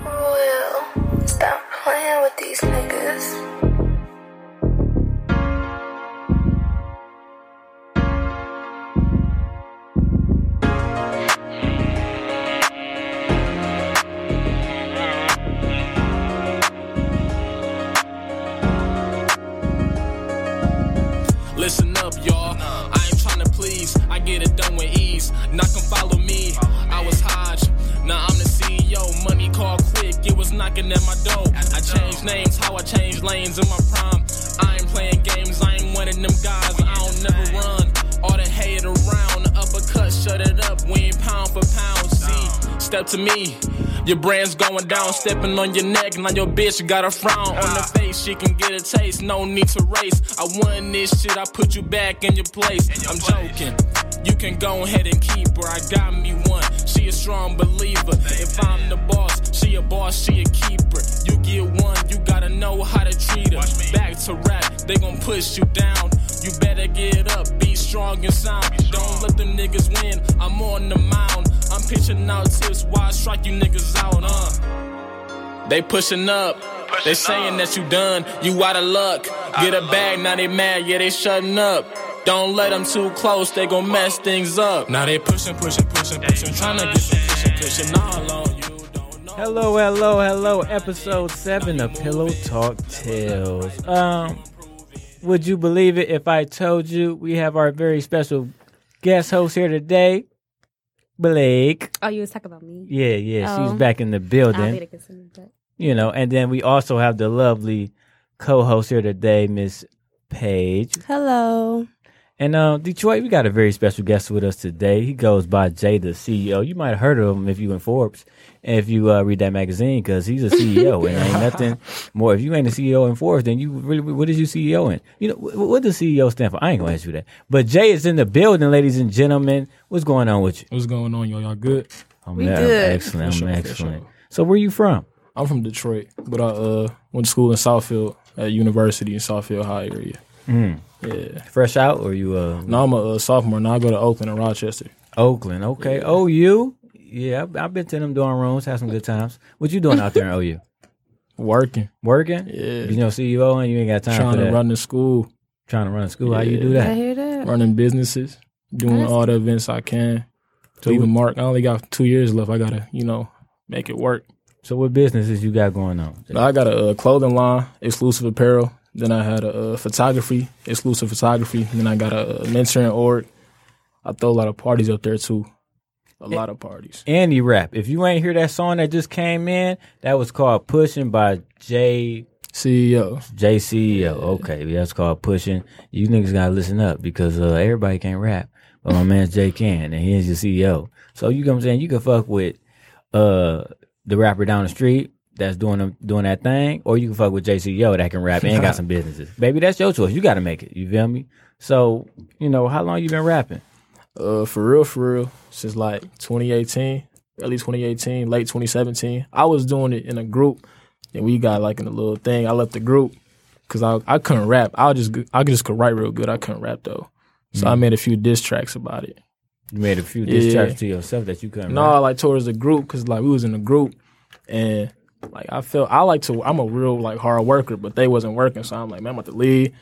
Will, stop playing with these niggas. Listen up, y'all. I ain't trying to please. I get it done with ease. Not gonna follow me. I was Hodge. Now I'm the CEO. Money call quick. It was knocking at my door. I changed names, how I changed lanes in my prime. I ain't playing games. I ain't one of them guys. I don't never run. All the hate around. The uppercut, shut it up. We ain't pound for pound. See, step to me. Your brand's going down, stepping on your neck. Now your bitch got a frown on the face. She can get a taste, no need to race. I won this shit, I put you back in your place. I'm joking. You can go ahead and keep her. I got me one. She a strong believer. If I'm the boss, she a boss, she a keeper. You get one, you gotta know how to treat her. Back to rap, they gon' push you down. You better get up, be strong and sound. Don't let them niggas win. I'm on the mound. I'm pitching out tips. Why I strike you niggas out? Uh. They pushing up. They saying that you done. You out of luck. Get a bag. Now they mad. Yeah, they shutting up. Don't let them too close. They gon' mess things up. Now they pushing, pushing, pushing, pushing. Trying to get some pushing, pushing all on you. Don't know. Hello, hello, hello. Episode seven of Pillow Talk Tales. Um, would you believe it if I told you we have our very special guest host here today, Blake? Oh, you was talking about me. Yeah, yeah, Oh. she's back in the I'll building. be the consumer, but you know, and then we also have the lovely co-host here today, Miss Paige. hello. And uh, Detroit, we got a very special guest with us today. He goes by Jay, the CEO. You might have heard of him if you in Forbes, and if you uh, read that magazine, because he's a CEO, and ain't nothing more. If you ain't a CEO in Forbes, then you really what is you CEO in? You know wh- what does CEO stand for? I ain't gonna ask you that. But Jay is in the building, ladies and gentlemen. What's going on with you? What's going on, y'all? Y'all good? I'm We good. excellent. I'm For sure, for excellent. sure. So where you from? I'm from Detroit, but I uh, went to school in Southfield at University in Southfield High area. Yeah. Fresh out, or you uh, Now I'm a uh, sophomore. Now I go to Oakland and Rochester. Oakland? Okay, OU. Yeah, I've- I've been to them dorm rooms, had some good times. What you doing out there in OU? Working, Working? Yeah. You know, CEO and you ain't got time trying for that. to run the school, Trying to run a school. How you Yeah. do I that? hear that. running businesses, doing Nice. all the events I can to leave a mark. I only got two years left. I gotta, you know, make it work. So what businesses you got going on? Now I got a uh, clothing line, exclusive apparel. Then I had a uh, photography, exclusive photography. Then I got a uh, mentoring org. I throw a lot of parties up there too, a lot of parties. Andy rap. If you ain't hear that song that just came in, that was called Pushing by J CEO, J CEO. Okay, that's called Pushing. You niggas gotta listen up because uh, everybody can't rap. But my man Jay can and he's your CEO. E So you know what I'm saying? You can fuck with uh the rapper down the street that's doing them, doing that thing, or you can fuck with JCO that can rap and got some businesses. Baby, that's your choice. You got to make it. You feel me? So you know how long you been rapping? uh, for real, for real, since like 2018, early 2018, late 2017. I was doing it in a group, and we got like in a little thing. I left the group because I I couldn't rap. I just I just could write real good. I couldn't rap though, so I made a few diss tracks about it. You made a few Yeah. diss tracks to yourself that you couldn't. No, rap. like towards the group because like we was in a group and like I felt I like to I'm a real like hard worker, but they wasn't working, so I'm like, man, I'm about to leave.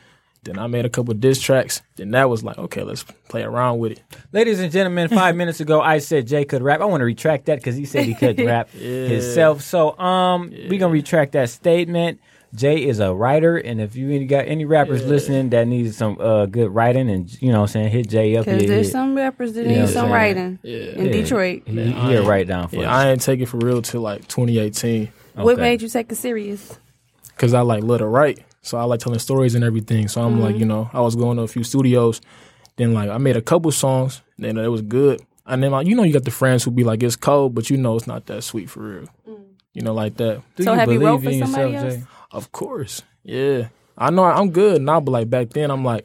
Then I made a couple diss tracks. Then that was like, okay, let's play around with it. Ladies and gentlemen, five minutes ago I said Jay could rap. I want to retract that because he said he could rap himself. So um, we gonna retract that statement. Jay is a writer, and if you any- got any rappers listening that needs some uh, good writing, and you know, what I'm saying hit Jay up. Because yeah, there's yeah. some rappers that You know need what I'm some saying? writing Yeah. in Yeah. Detroit. He, he'll write down for Yeah, us. I ain't take it for real till like 2018 What Okay. made you take it serious? because I like love to write, so I like telling stories and everything. So I'm like, you know, I was going to a few studios. Then like I made a couple songs. Then it was good. And then like you know, you got the friends who be like, it's cold, but you know, it's not that sweet for real. You know, like that. Do So have you wrote for somebody else? Of course. Yeah. I know I'm good now, but like back then, I'm like,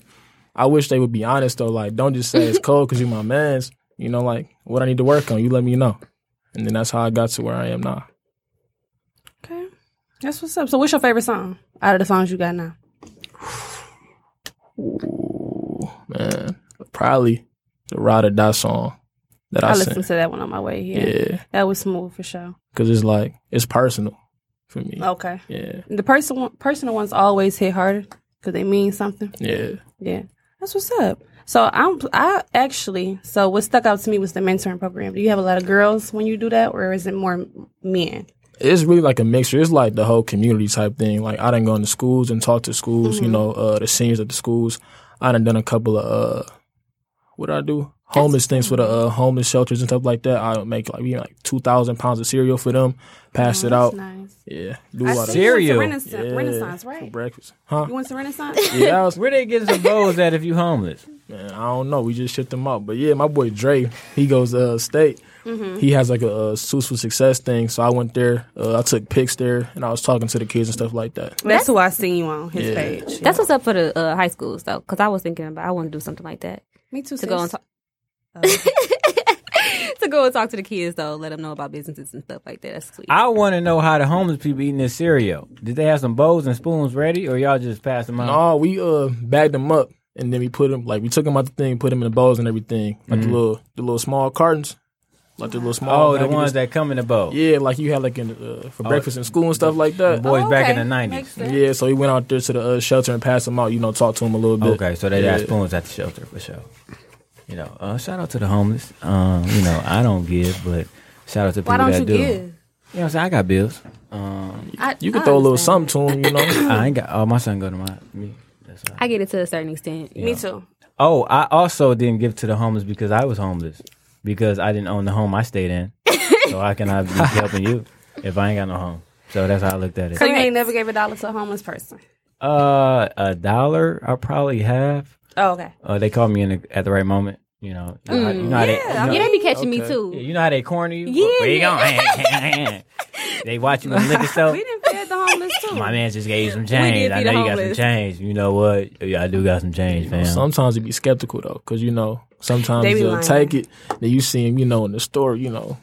I wish they would be honest though. Like, don't just say it's cold because you're my man's. You know, like what I need to work on, you let me know. And then that's how I got to where I am now. Okay. That's what's up. So what's your favorite song out of the songs you got now? Ooh, man. Probably the Ride or Die song that I, I sent. listened to that one on my way here. Yeah. That was smooth for sure. Because it's like, it's personal for me. Okay. Yeah. The person personal ones always hit harder because they mean something. Yeah. Yeah, that's what's up. So I'm I actually so what stuck out to me was the mentoring program. Do you have a lot of girls when you do that, or is it more men? it's really like a mixture. It's like the whole community type thing. Like I done gone to schools and talked to schools. Mm-hmm. You know, uh, the seniors at the schools. I done done a couple of uh, what I do homeless things for the Mm-hmm. uh, homeless shelters and stuff like that. I done make like we like two thousand pounds of cereal for them, pass it out. Oh, Nice. Yeah, do I a lot see you went to Cereal. Renaissance, Yeah. Renaissance, of for right? breakfast, huh? You went to Renaissance. Yeah, I was, Where they getting some bowls at if you homeless? man, I don't know. We just shipped them out, but yeah, my boy Dre, he goes uh state. Mm-hmm. He has like a, uh Suits for Success thing, so I went there. Uh, I took pics there, and I was talking to the kids and stuff like that. That's who I seen you on his Yeah. page. That's what's up for the uh, high schools though, because I was thinking about I want to do something like that Me too. to go and sis. talk. to go and talk to the kids though, let them know about businesses and stuff like that. That's sweet. I want to know how the homeless people eating this cereal. Did they have some bowls and spoons ready, or y'all just pass them out? No, we uh bagged them up and then we put them like we took them out the thing, put them in the bowls and everything, like the little the little small cartons, like the little small. Mm-hmm. oh, the packages. ones that Oh, come in the bowl. Yeah, like you had like in uh, for breakfast in school and stuff like that. Boys Oh, back in okay. the Makes nineties. sense. Yeah, so we went out there to the uh, shelter and passed them out. You know, talk to them a little bit. Okay, so they got Yeah. spoons at the shelter for sure. You know, uh, shout out to the homeless. Um, you know, I don't give, but shout out to people Why don't that you do. give? You know, what I'm saying I got bills. Um, I, You could I throw a little understand. something to them, you know. I ain't got. Oh, my son go to my me. That's all. I get it to a certain extent. Me too. Oh, I also didn't give to the homeless because I was homeless because I didn't own the home I stayed in. so how can I be helping you if I ain't got no home? So that's how I looked at it. So you ain't never gave a dollar to a homeless person. Uh, a dollar I probably have. Oh, okay. Uh, they called me in the, at the right moment. You know, you know, how- Mm, you know how they, you know, Yeah, they be catching me Okay. too. you know how they corner you. Yeah, where you going? they watch you in the liquor store. We didn't feed the homeless too. My man just gave you some We change. did I feed know the you got some homeless. change. You know what? Yeah, I do got some change, fam. Sometimes you be skeptical though, because you know sometimes They be they'll lying. take it. Then you see them, you know, in the store, you know.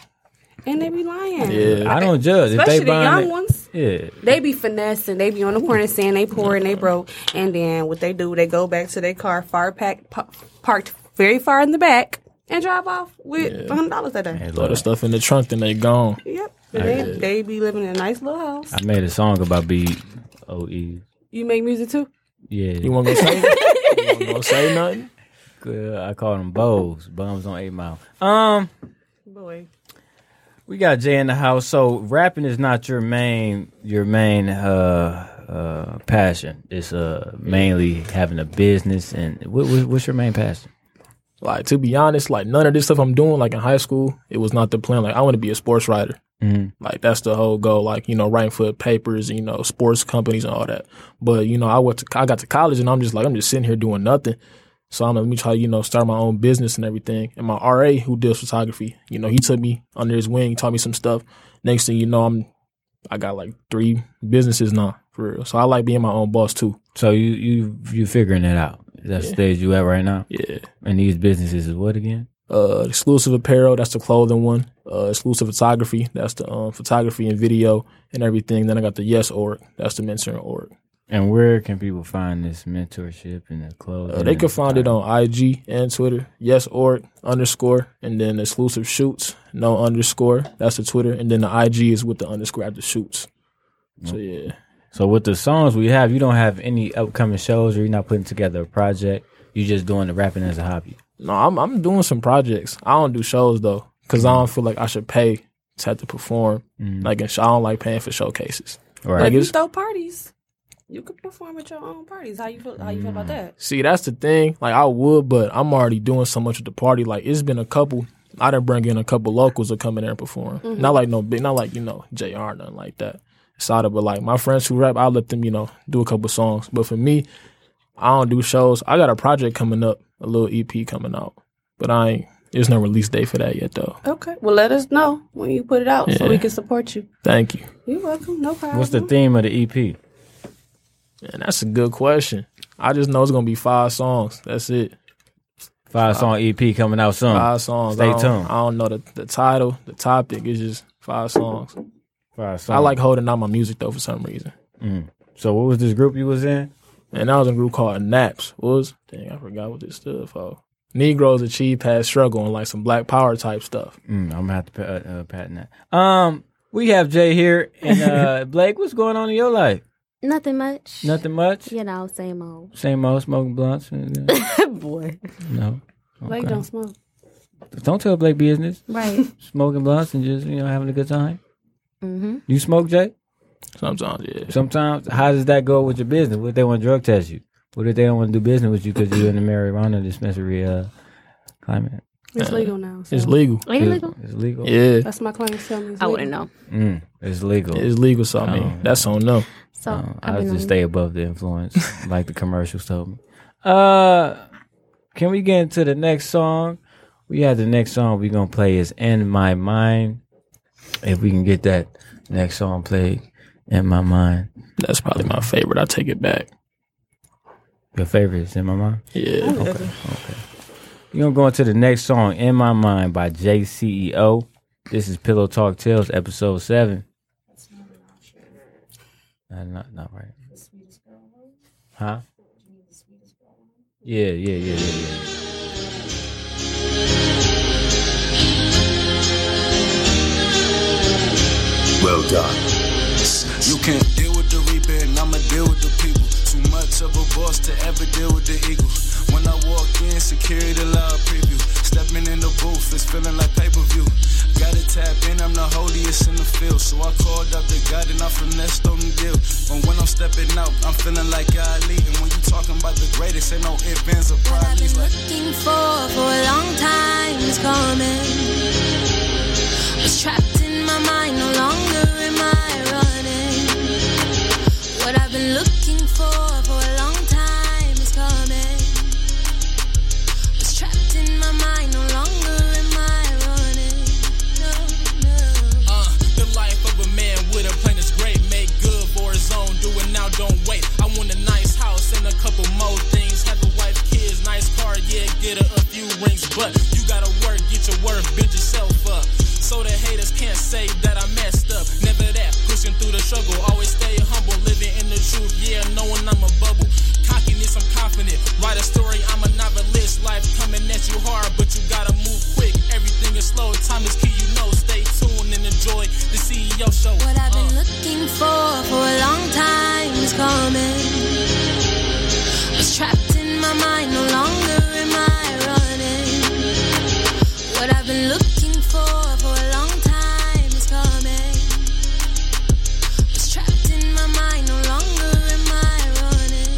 and they be lying. Yeah, I don't judge if Especially they the buying young it- ones. Yeah, They be finessing. They be on the corner saying they poor and they broke. And then what they do, they go back to their car, far packed, pa- parked very far in the back, and drive off with hundred dollars at them. throw the stuff in the trunk, then they gone. Yep. And they, they be living in a nice little house. I made a song about B O E. You make music too? You Yeah, want to go say? you want to go say nothing? uh, I call them bows, bums on eight mile. Um, Boy. we got Jay in the house, so rapping is not your main your main uh uh passion. It's uh mainly having a business and what, what, what's your main passion? Like to be honest, like none of this stuff I'm doing, like in high school, it was not the plan. Like I want to be a sports writer. Mhm. Like that's the whole goal. Like you know, writing for papers, you know, sports companies and all that. But you know, I went to I got to college and I'm just like I'm just sitting here doing nothing. So I'm gonna let me try, you know, start my own business and everything. And my RA who deals photography, you know, he took me under his wing, taught me some stuff. Next thing you know, I'm I got like three businesses now for real. So I like being my own boss too. So you you you figuring that out? Is that the stage you at right now? Yeah. And these businesses is what again? uh, exclusive apparel. That's the clothing one. Uh, exclusive photography. That's the um, photography and video and everything. Then I got the Yes org. That's the mentoring org. And where can people find this mentorship and the clothes? Uh, they can find it on IG and Twitter. Yes org underscore and then exclusive shoots. No underscore. That's the Twitter. And then the IG is with the underscore after shoots. So yeah, So with the songs we have, you don't have any upcoming shows, or you're not putting together a project. You're just doing the rapping as a hobby. no, I'm I'm doing some projects. I don't do shows though because I don't feel like I should pay to have to perform. Like in sh- I don't like paying for showcases. Right. But Like if you it's- throw parties, you could perform at your own parties. How you feel how you feel about that? See, that's the thing. Like I would, but I'm already doing so much with the party. Like it's been a couple. I done bring in a couple locals to come in there and perform. Not like no big, not like you know Jr. Nothing like that. Sada, but like my friends who rap, I let them you know do a couple songs. But for me, I don't do shows. I got a project coming up, a little EP coming out, but I ain't. There's no release date for that yet, though. Okay. Well let us know when you put it out so we can support you. Thank you. You're welcome. No problem. What's the theme of the E EP? And that's a good question. I just know it's gonna be five songs. That's it. Five song EP coming out soon. Five songs. Stay I don't- tuned. I don't know the, the title, the topic. It's just five songs. Five I songs. like holding out my music though for some reason. So what was this group you was in? And I was in a group called Naps. What was dang, I forgot what this stood for. Negroes achieve past struggle and like some black power type stuff. Mm, I'm gonna have to pa- uh, uh, patent that. Um, we have Jay here and uh, Blake. What's going on in your life? Nothing much. Nothing much. You know, same old. Same old smoking blunts. and, uh, Boy. no, Blake don't smoke. don't tell Blake business. Right. Smoking blunts and just you know having a good time. You smoke, Jay? Sometimes, yeah. Sometimes. How does that go with your business? What if they want to drug test you? What if they don't want to do business with you because you're in the marijuana dispensary uh, climate? It's legal now. So It's legal. Are you legal? It's legal. Yeah. That's my clients tell me. it's I legal. wouldn't know. Mm, it's legal. It's legal, so I Oh. mean that's on them. So Uh, I've I been just on- stay above the influence, like the commercials told me. Uh, can we get into the next song? We have the next song we're gonna play is "In My Mind." If we can get that next song played, "In My Mind," That's probably my favorite. I take it back. your favorite is "In My Mind." Yeah. Oh. You're gonna go into the next song, "In My Mind" by JCEO. This is Pillow Talk Tales, episode seven. Uh, not not right. Huh? Yeah, yeah, yeah, yeah, yeah. Well done. You can't deal with the reaper, and I'ma deal with the people. Too much of a boss to ever deal with the eagle. When I walk in, security loud preview. Stepping in the booth, it's feeling like pay per view. Gotta tap in, I'm the holiest in the field. So I called up the God and I finessed on the deal. But when I'm stepping out, I'm feeling like Ali. And when you talking about the greatest, ain't no ifs, ands, or What I've problems. been Like, looking for for a long time is coming. Was trapped in my mind, no longer am I running. What I've been looking for for a long time is coming. Was trapped in my mind, no longer am I running. No, no. Uh, the life of a man with a plan is great. Make good for his own, do it now, don't wait. I want a nice house and a couple more things. Have a wife, kids, nice car, yeah, get her a few rings. But you gotta work, get your worth, build yourself up. So the haters can't say that I messed up. Never that, pushing through the struggle. Always stay humble, living in the truth, yeah, knowing I'm a bubble. Cockiness, I'm confident. Write a story, I'm a novelist. Life coming at you hard, but you gotta move quick. Everything is slow, time is key, you know. Stay tuned and enjoy the CEO show. What I've Uh. been looking for for a long time is coming. Was trapped in my mind, no longer am I running. What I've been looking for for a long time is coming. Was trapped in my mind, no longer am I running.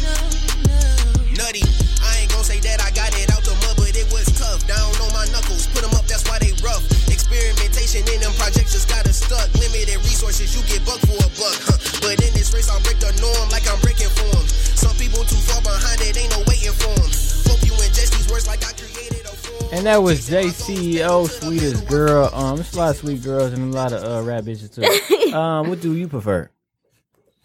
No, no. nutty. I ain't gon' say that I got it out the mud, but it was tough. Down on my knuckles, put 'em up, that's why they rough. Experimentation in them projects just got us stuck. Limited resources, you get buck for a buck, huh? But in this race, I'll break the norm like I'm breaking for 'em. Some people too far behind it, ain't no waiting for 'em. Hope you ingest these words like I created a form. And that was E JCEO, sweetest girl. Um, it's a lot of sweet girls and a lot of uh, rap bitches too. um, what do you prefer?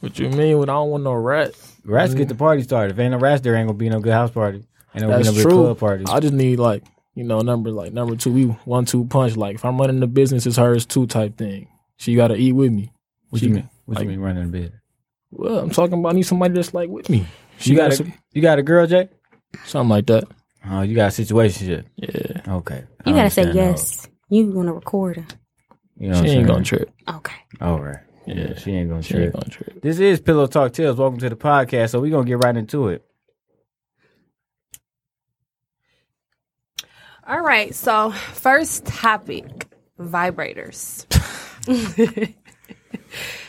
What you mean when I don't want no rat? Rats get the party started. If ain't no rats, there ain't gonna be no good house party. Ain't gonna be That's no good true. club party. I just need like you know number like number two. We one two punch. Like if I'm running the business, it's hers too type thing. She gotta eat with me. what she- you mean? What like- you mean running a bed? Well, I'm talking about I need somebody that's like with me. She You got gotta a you got a girl, Jay? something like that. Oh, you got a situation. Yeah, Okay. I You gotta say understand yes. You gonna record her. those. You know she what ain't I'm gonna saying? trip. Okay. All right. Yeah, she ain't gonna She ain't trip. gonna trip. This is Pillow Talk Tales. Welcome to the podcast. So we're gonna get right into it. All right. So first topic, vibrators.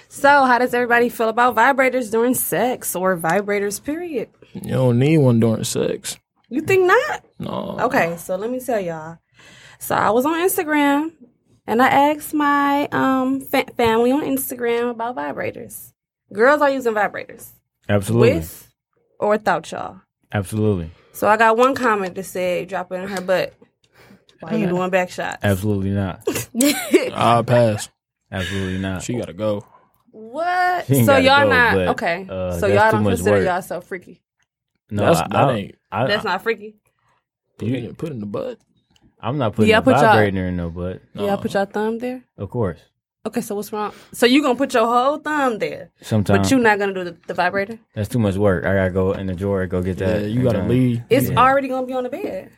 so how does everybody feel about vibrators during sex or vibrators? Period. You don't need one during sex. You think not? No. Okay, so let me tell y'all. So I was on Instagram and I asked my um fa- family on Instagram about vibrators. Girls are using vibrators Absolutely. with or without y'all. Absolutely. So I got one comment that said drop it in her butt. Why you doing back shots? Absolutely not. I'll pass. Absolutely not. She gotta go. What? She ain't So gotta y'all go, not but, okay. uh, so that's y'all too don't much consider work. Uh-uh. y'all so freaky. no, That's, I, that I- ain't I- That's not freaky. put, in, put in the butt. I'm not putting Yeah, a put y'all- vibrator in her butt. Y'all put your thumb there. Of course. Okay, so what's wrong? So you gonna put your whole thumb there, Sometime. but you not gonna do the, the vibrator? That's too much work. I gotta go in the drawer, go get that. Yeah, you gotta Anytime. leave. Mm. It's already gonna be on the bed.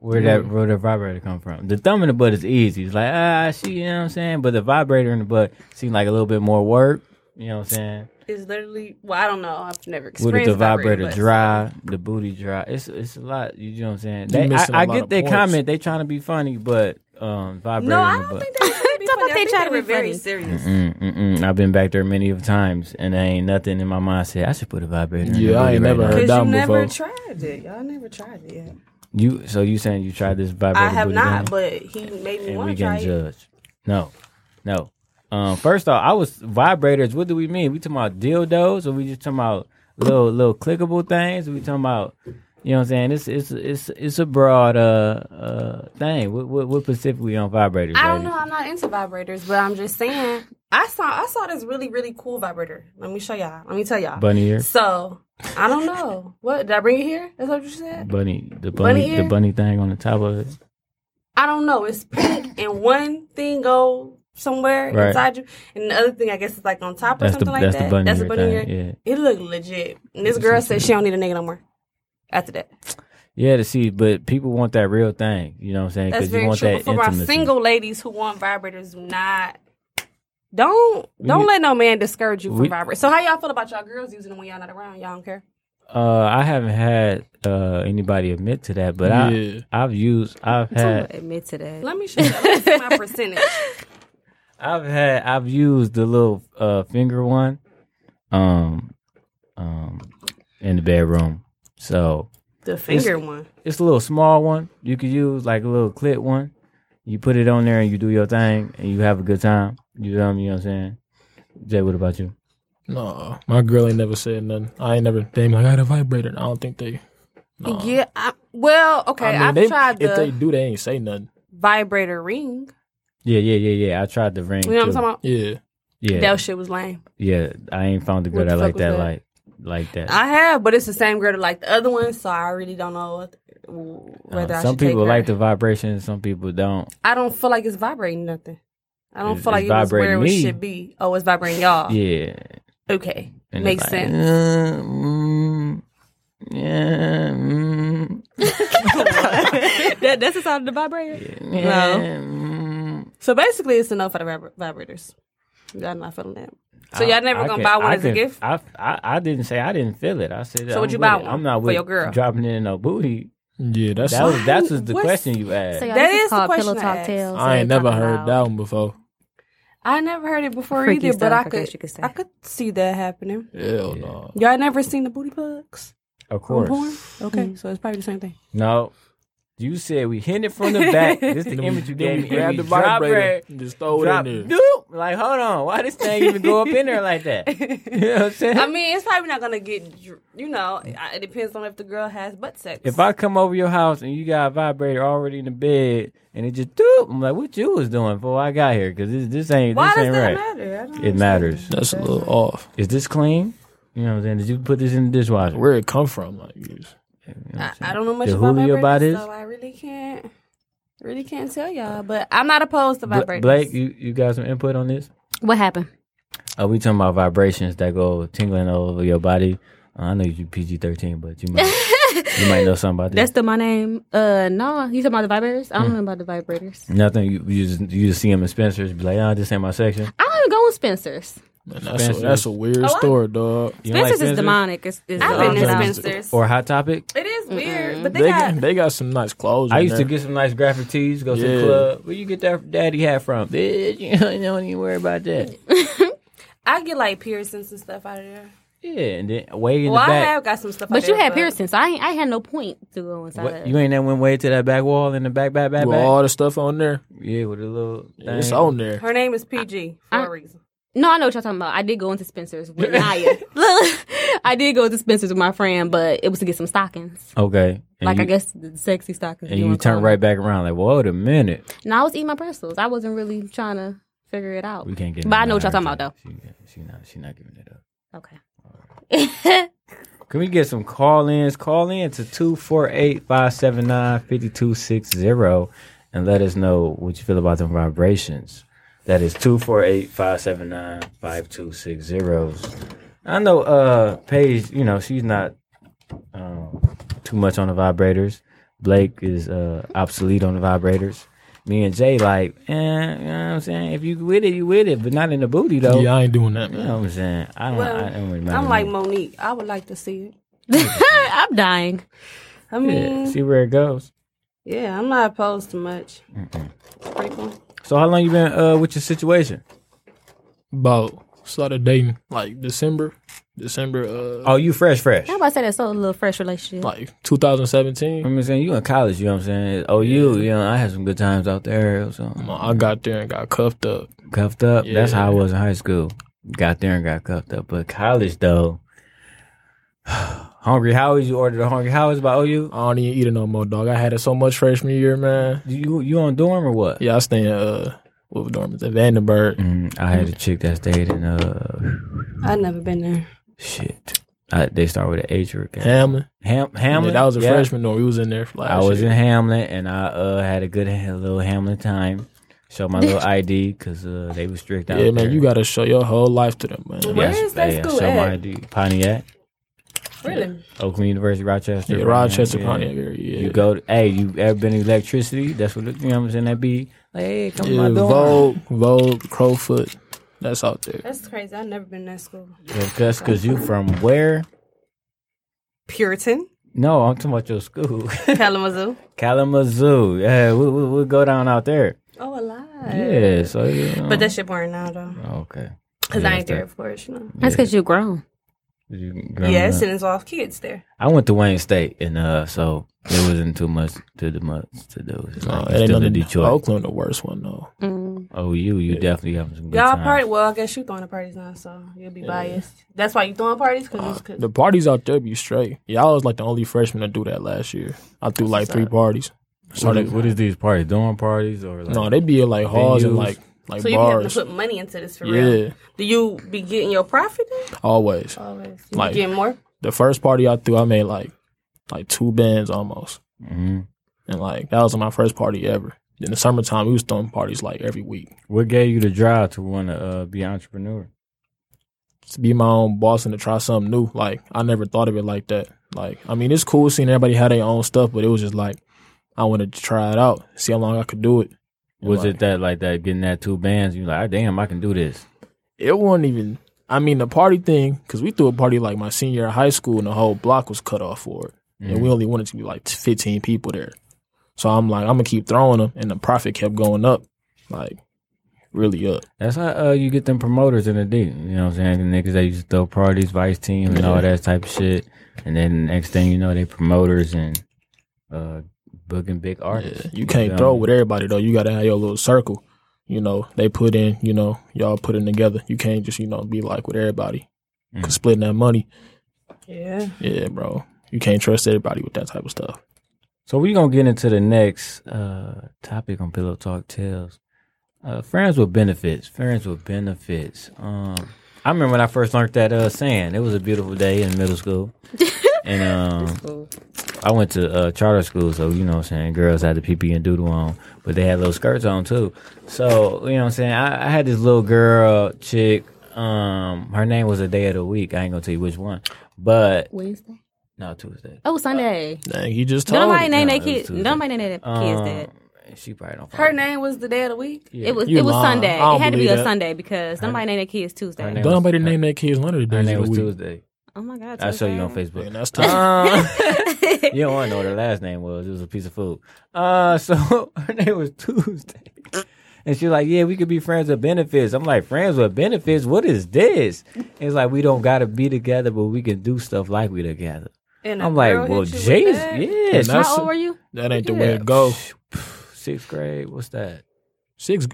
Where that where the vibrator come from? The thumb in the butt is easy. It's like ah, I see, you know what I'm saying. But the vibrator in the butt seems like a little bit more work. You know what I'm saying? It's literally. Well, I don't know. I've never What experienced if the vibrator but- dry, the booty dry? It's it's a lot. You know what I'm saying? You They, I, missing a I lot get of their points. comment. They trying to be funny, but um, vibrator. No, I in the don't butt. think they. trying to be funny. I they think try to were be very funny. serious. Mm, mm, mm. I've been back there many of times, and there ain't nothing in my mind said I should put a vibrator. in the Yeah, booty I right ain't never now." heard Cause that you never before. tried it. Y'all never tried it. Yet. You so you saying you tried this vibrator? I have booty thing? not, but he made me and we want to can try it. judge. No, no. Um, first off, I was vibrators. What do we mean? We talking about dildos, or we just talking about little little clickable things? We talking about you know what I'm saying? It's it's it's it's a broad uh uh thing. What what, what specifically on vibrators? I don't ladies? know. I'm not into vibrators, but I'm just saying. I saw I saw this really really cool vibrator. Let me show y'all. Let me tell y'all. Bunny ear, So I don't know. What did I bring it here? Is that what you said? bunny the bunny, Bunny the ear? bunny thing on the top of it. I don't know. It's pink and one thing go somewhere Right. inside you, and the other thing I guess is like on top or That's the something like that's that. the bunny that's a ear bunny thing. ear. Yeah, It looked legit. And this girl said she don't need a nigga no more. After that, yeah. To see, but people want that real thing. You know what I'm saying? that's 'Cause you very want true. that But for my intimacy. single ladies who want vibrators, not don't We don't need- let no man discourage you from we- vibrators. So how y'all feel about y'all girls using them when y'all not around? Y'all don't care. Uh, I haven't had uh anybody admit to that, but Yeah. I I've used I've Someone had admit to that. Let me show you. Let me see my percentage. I've had I've used the little uh finger one um um in the bedroom. So The finger one. it's a little small one. You could use like a little clip one. You put it on there and you do your thing and you have a good time. You know what I'm saying? Jay, what about you? No, my girl ain't never said nothing. I ain't never. They ain't like I had a vibrator. I don't think they. No. Yeah. I, well, okay. I I mean, have they, tried if they the do, they ain't say nothing. vibrator ring. Yeah, yeah, yeah, yeah. I tried the ring. You know what I'm too. talking about? Yeah, Yeah, That shit was lame. yeah. I ain't found a What girl the that like fuck was that, that? like like that. Uh, I have, but it's the same girl that like the other one, so I really don't know wh- Uh, whether I some should take people her. like the vibration, some people don't. I don't feel like it's vibrating nothing. I don't It's- feel like it's it was where it vibrating me. should be. Oh, it's vibrating y'all. Yeah. Okay, And makes it's like, sense. "Uh, mm, yeah, mm, that, that's the sound of the vibrator. yeah, No. mm." So basically, it's a no for the vibra- vibrators. Y'all not feeling that. So y'all never I can- gonna buy one I as a can- gift? I, I I didn't say I didn't feel it. I said So I'm would you with buy it. one I'm not for with your girl? dropping it in no booty. yeah. That's That was that's was the What's- question you asked. So y'all, That this is the called question pillow I talk asked. tales. I ain't never heard that that one before. I never heard it before Freaky either, but stuff, I I guess could you could say. I could see that happening. Hell no. Y'all never seen the booty plugs of on course, Mm. porn? Okay, so it's probably the same thing. no. You said we hitting it from the back. This the image you gave me. And Grab we the drop vibrator. it, and Just throw drop- it in there. Doop. Like, hold on. Why this thing even go up in there like that? You know what I'm saying? I mean, it's probably not gonna get. dr- You know, I- it depends on if the girl has butt sex. If I come over your house and you got a vibrator already in the bed and it just doop, I'm like, what you was doing before I got here? Because this this ain't why this does ain't that right. matter? I don't It matters. That's a little off. Is this clean? You know what I'm saying? Did you put this in the dishwasher? Where it come from? Like, it's- I, I don't know much The about Julio vibrators, about it? so I really can't, really can't tell y'all. But I'm not opposed to Bla- vibrators. Blake, you, you got some input on this? What happened? Are Oh, we talking about vibrations that go tingling all over your body? Uh, I know you PG thirteen, but you might you might know something about this. That's the my name. Uh, no, you talking about the vibrators? I Hmm. don't know about the vibrators. Nothing. You, you just you just see him in Spencer's, be like, oh, this ain't my section. Ah, I don't even go with Spencer's. man, that's, a, that's a weird Oh, store, dog. You don't like Spencer's is demonic. It's, it's I've been in um, Spencer's. Or Hot Topic. it is weird, but they, They got. got, they got some nice clothes. I in used to there. get some nice graphic tees, go to the Yeah. club. Where you get that daddy hat from? Bitch, you don't, you don't even worry about that. I get like piercings and stuff out of there. Yeah, and then way in Well, the I back. have got some stuff. out But you there, had piercings, so I ain't, I had no point to go inside. What- of. you ain't that went way to that back wall in the back, back, back, with back. all the stuff on there. Yeah, with a little thing. It's on there. Her name is PG for a reason. No, I know what y'all talking about. I did go into Spencer's with Naya. Look, I did go into Spencer's with my friend, but it was to get some stockings. Okay. And like you, I guess the sexy stockings. if And you wanna call turn them. right back around, like, whoa, wait a minute. No, I was eating my pretzels. I wasn't really trying to figure it out. We can't get But I none know what y'all of talking her about shit. She, she not, she not giving it up. though. Okay. Can we get some call ins? Call in to 248 579 5260 and let us know what you feel about them vibrations. That is 248-579-5260. I know uh Paige, you know, she's not um, too much on the vibrators. Blake is uh obsolete on the vibrators. Me and Jay like, eh, you know what I'm saying? If you with it, you with it, but not in the booty though. Yeah, I ain't doing that, You know what I'm saying? I don't I don't really I'm like mind. Monique. I would like to see it. I'm dying. I mean, yeah, see where it goes. yeah, I'm not opposed to much. Frequent. So how long you been uh with your situation? About started dating like December, December, uh, Oh, you fresh, fresh. I'm about to say that's so a little fresh relationship. like 2017. I'm saying you in college, you know what I'm saying? Oh, you, you know, I had some good times out there. So I got there and got cuffed up. cuffed up. That's how I Yeah. was in high school. Got there and got cuffed up. But college though, Hungry Howie's. You ordered a Hungry Howie's by OU. I don't even eat it no more, dog. I had it so much freshman year, man. You you on dorm or what? Yeah, I stay in uh, what was dorm is that? Vandenberg. Mm, I had a chick that stayed in uh I've never been there. shit. I, they start with an H or a K. Hamlin. Ham Hamlin. Hamlin. that was a Yeah. freshman dorm. We was in there for like I was shit. in Hamlin and I uh had a good ha- little Hamlin time. Showed my little ID because uh, they was strict out Yeah, there. man, you gotta show your whole life to them, man. Where is that yeah, school show my at? ID. Pontiac. Really? Oakland University, Rochester. Yeah, Birmingham, Rochester, yeah. Pontiac area. Yeah. You go, to, hey, you ever been in electricity? That's what, it- you know what I'm saying? That be like, hey, come to my yeah, dorm. Vogue, Vogue, Crowfoot. That's out there. That's crazy. I've never been to that school. Yeah, that's because you from where? Puritan, No, I'm talking about your school. Kalamazoo. Kalamazoo. Yeah, we, we, we'll go down out there. Oh, alive. Yeah, so, you know. But that shit boring now, though. Okay. Because Yeah, I that's ain't that. there for it, you know. That's because you're grown. You growing Yeah, up. it's sending off kids there. I went to Wayne State, and uh, so it wasn't too much to the much to do. It's No, like, Uh, it ain't still in nothing. Detroit. Oakland, the worst one though. Mm. Oh, you, you definitely having some good Y'all time. party? Well, I guess you throwing the parties now, so you'll be biased. That's why you throwing parties because Ah, it's The cause parties out there be straight. Yeah, I was like the only freshman to do that last year. I threw like three parties. What is, what is these parties? Dorm parties or like? No, they be in like halls and like like so you be having bars. to put money into this for real. Yeah, Do you be getting your profit? Then? always. Always. You Like- be getting more. The first party I threw, I made like like two bands almost, Mhm. and like that was my first party ever. In the summertime, we was throwing parties like every week. What gave you the drive to want to uh, be an entrepreneur? To be my own boss and to try something new. Like I never thought of it like that. Like I mean, it's cool seeing everybody had their own stuff, but it was just like I wanted to try it out, see how long I could do it. And, Was like, it that like that getting that two bands? You like, "Ah, damn, I can do this. it wasn't even. I mean, the party thing because we threw a party like my senior year of high school, and the whole block was cut off for it, and we only wanted to be like t- fifteen people there. So I'm like, I'm gonna keep throwing them, and the profit kept going up, like really up. That's how uh, you get them promoters in the D. You know what I'm saying? The niggas that used to throw parties, vice team, and all that type of shit. And then next thing you know, they promoters and uh, booking big artists. You can't feel throw me? with everybody though. You gotta have your little circle. You know, they put in. You know, y'all put in together. You can't just you know be like with everybody, Mm. cause splitting that money. Yeah. Yeah, bro. You can't trust everybody with that type of stuff. So we're gonna get into the next uh, topic on Pillow Talk Tales. Uh, friends with benefits. Friends with benefits. Um, I remember when I first learned that uh, saying. It was a beautiful day in middle school, and um, I went to uh, charter school, so you know what I'm saying. Girls had the PP and doodle on, but they had little skirts on too. So you know what I'm saying. I, I had this little girl chick. Um, her name was a day of the week. I ain't gonna tell you which one, but Wednesday. no Tuesday. Oh, Sunday. Dang, you just Don't told nobody me. name No, their it was kid. Tuesday. Nobody name their kids Um, that. She probably don't. Her follow me. name was the day of the week. Yeah. It was You it was lying. Sunday. I don't It had to be believe a that. Sunday because somebody named their kids Tuesday. her name- Don't nobody name their kids one of the Her days name of was the week. Tuesday. Oh my god! I show you on Tuesday. Facebook. And that's tough. Uh, you don't want to know what her last name was. It was a piece of food. Uh, so her name was Tuesday, and she's like, "Yeah, we could be friends with benefits." I'm like, "Friends with benefits? What is this?" It's like we don't gotta be together, but we can do stuff like we together. And a I'm like, girl hit "Well, you with Jesus, that? yeah, And not that's- How old were you? That ain't the way it go. sixth grade. What's that? Six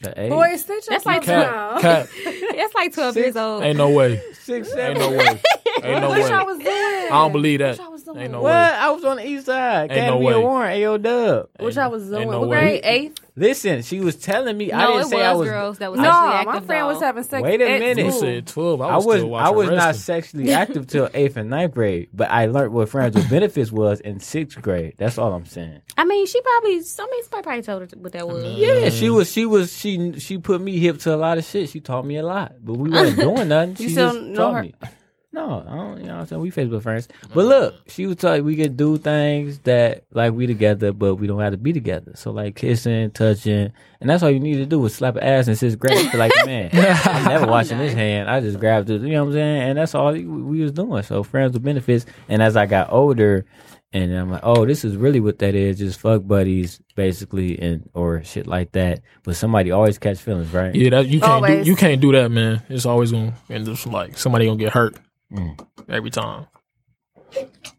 The eight, Boy, sit your That's like cat, cat. That's like twelve years old. Ain't no way. six, seven. Ain't no way. Ain't no I wish I way. was there. I don't believe that. I was Ain't no What? way. I was on the east side. Ain't no Academy way. of Warren, AO Dub. Which I was doing. no what way. grade? Eighth? Listen, she was telling me. I no, it didn't was say I was. girls that was No, actually my active. friend though. was having sex. Wait a at minute. You school. said twelve. I I was, was still I watching was not wrestling. sexually active till eighth and ninth grade, but I learned what friends with benefits was in sixth grade. That's all I'm saying. I mean, she probably somebody probably told her what that was. Yeah, she Mm. was she was she she put me hip to a lot of shit. She taught me a lot, but we weren't doing nothing. She You still just know taught her? Mm-hmm. me. No, I don't. You know what I'm saying? We Facebook friends, but look, she was telling we could do things that like we together, but we don't have to be together. So like kissing, touching, and that's all you need to do is slap an ass and sixth grade. Be like, man, I'm never washing this hand. I just grabbed it. You know what I'm saying? And that's all we, we was doing. So friends with benefits. And as I got older, and I'm like, oh, this is really what that is, just fuck buddies, basically, and or shit like that. But somebody always catch feelings, right? Yeah, that, you can't do, Always. you can't do that, man. It's always gonna end up like somebody gonna get hurt every time.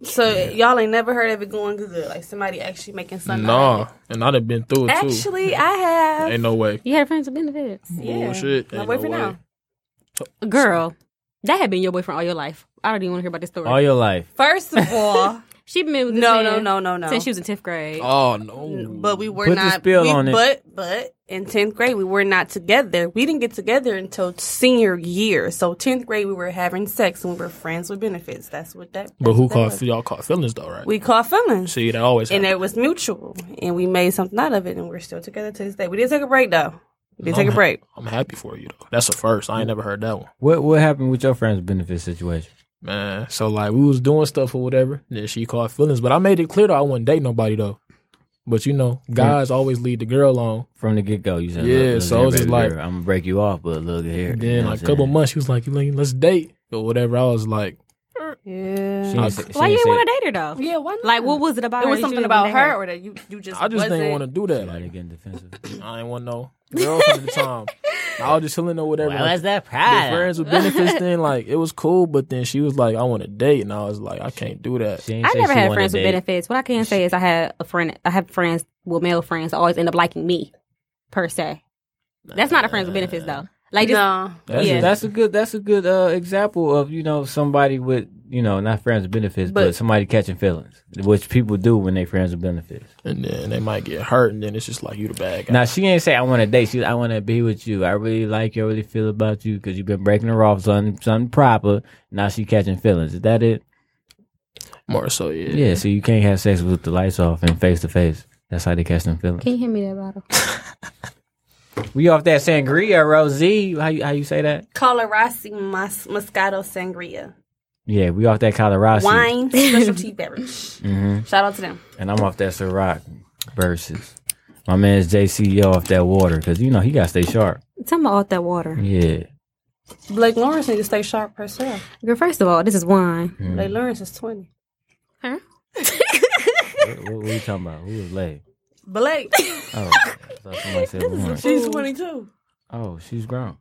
So y'all ain't never heard of it going good. Like somebody actually making something. out of Nah, and I'd have been through it it. too. Actually, I have. Ain't no way. You had friends with benefits, Yeah. Bullshit. My Ain't boyfriend no way. now. girl. That had been your boyfriend all your life. I don't even want to hear about this story. All your life. First of all, she been with this no, man no, no, no, no. since she was in tenth grade. Oh no. but we were Put the not. spill we- on it. But but in tenth grade, we were not together. We didn't get together until senior year. So tenth grade, we were having sex and we were friends with benefits. That's what that. But who that caught was. y'all caught feelings though, right? We caught feelings, See, that always and happens. it was mutual, and we made something out of it, and we're still together to this day. We did take a break though. We did No, take a man. break. I'm happy for you though. That's the first. Mm. I ain't never heard that one. What what happened with your friends' benefits situation? Man, so like we was doing stuff or whatever. Then she caught feelings, but I made it clear though I wouldn't date nobody though. But you know, guys always lead the girl on. From the get go, you said, Yeah, look, look so here, I was just baby like- girl, I'm gonna break you off, but look here. you Then know like a what I'm couple saying? months, she was like, "Like, "Let's date" or whatever. I was like, Yeah. She ain't say- she Why you ain't didn't say- want to date her though? Yeah. Why? Not? Like, what was it about? It her was that something you didn't wanna about date her, or that you you just I just wasn't- didn't want to do that. Like, Like, getting defensive. I ain't want no girl from the time. I was just chilling or whatever. like, that the friends with benefits thing, like it was cool, but then she was like, "I want to date," and I was like, "I can't do that." She ain't I say never she had wanna friends with date. benefits. What I can say is I had a friend. I have friends, well, male friends, that always end up liking me, per se. That's not a friends with benefits though. Like, just, No. That's, Yeah. a, that's a good that's a good uh, example of you know somebody with you know not friends with benefits, but, But- somebody catching feelings, which people do when they friends with benefits. And then they might get hurt, and then it's just like you the bad guy. Now she ain't say I want to date. She I want to be with you. I really like you. I really feel about you because you've been breaking her off something something proper. Now she catching feelings. Is that it? More so, yeah. Yeah. So you can't have sex with the lights off and face to face. That's how they catch them feelings. you hand me that bottle? We off that sangria, Rosie. How you how you say that? Colorasi mas- Moscato Sangria. Yeah, we off that Colorado. Wine specialty beverage. Mm-hmm. Shout out to them. and I'm off that Ciroc versus my man's JCO off that water because you know he got to stay sharp. Tell me about that water, Yeah, Blake Lawrence needs to stay sharp herself. girl. First of all, this is wine. Mm. Blake Lawrence is 20. Huh? what, what, what are you talking about? Who was late? Blake. Oh, I thought somebody said Lawrence. She's 22. Oh, she's grown.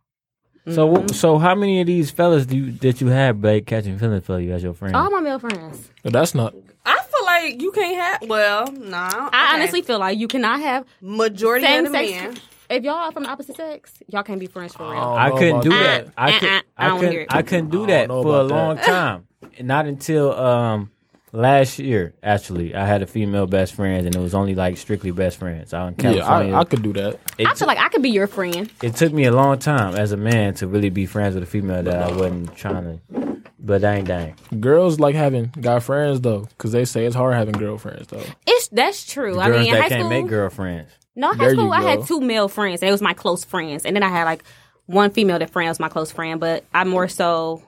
So, Mm-hmm. wh- so how many of these fellas do you, that you had, Blake, catching feelings for you as your friend? All Oh, my male friends. But that's not. I feel like you can't have. Well, no. I okay. honestly feel like you cannot have Majority same of the sex. men. If y'all are from the opposite sex, y'all can't be friends for real. I couldn't do that. that. I Uh-uh. could, Uh-uh. I I don't hear couldn't, it. I couldn't do I that don't know for a about that. long time. Not until um last year, actually, I had a female best friend, and it was only like strictly best friends out in Yeah, California. I, I could do that. it, I feel like I could be your friend. it took me a long time as a man to really be friends with a female that I wasn't trying to. But dang, dang, Girls like having guy friends though, because they say it's hard having girlfriends though. It's that's true. I girls mean, in that high can't school, make girlfriends. no in There high you school, I had go. two male friends, and it was my close friends, and then I had like one female that friend was my close friend, but I more so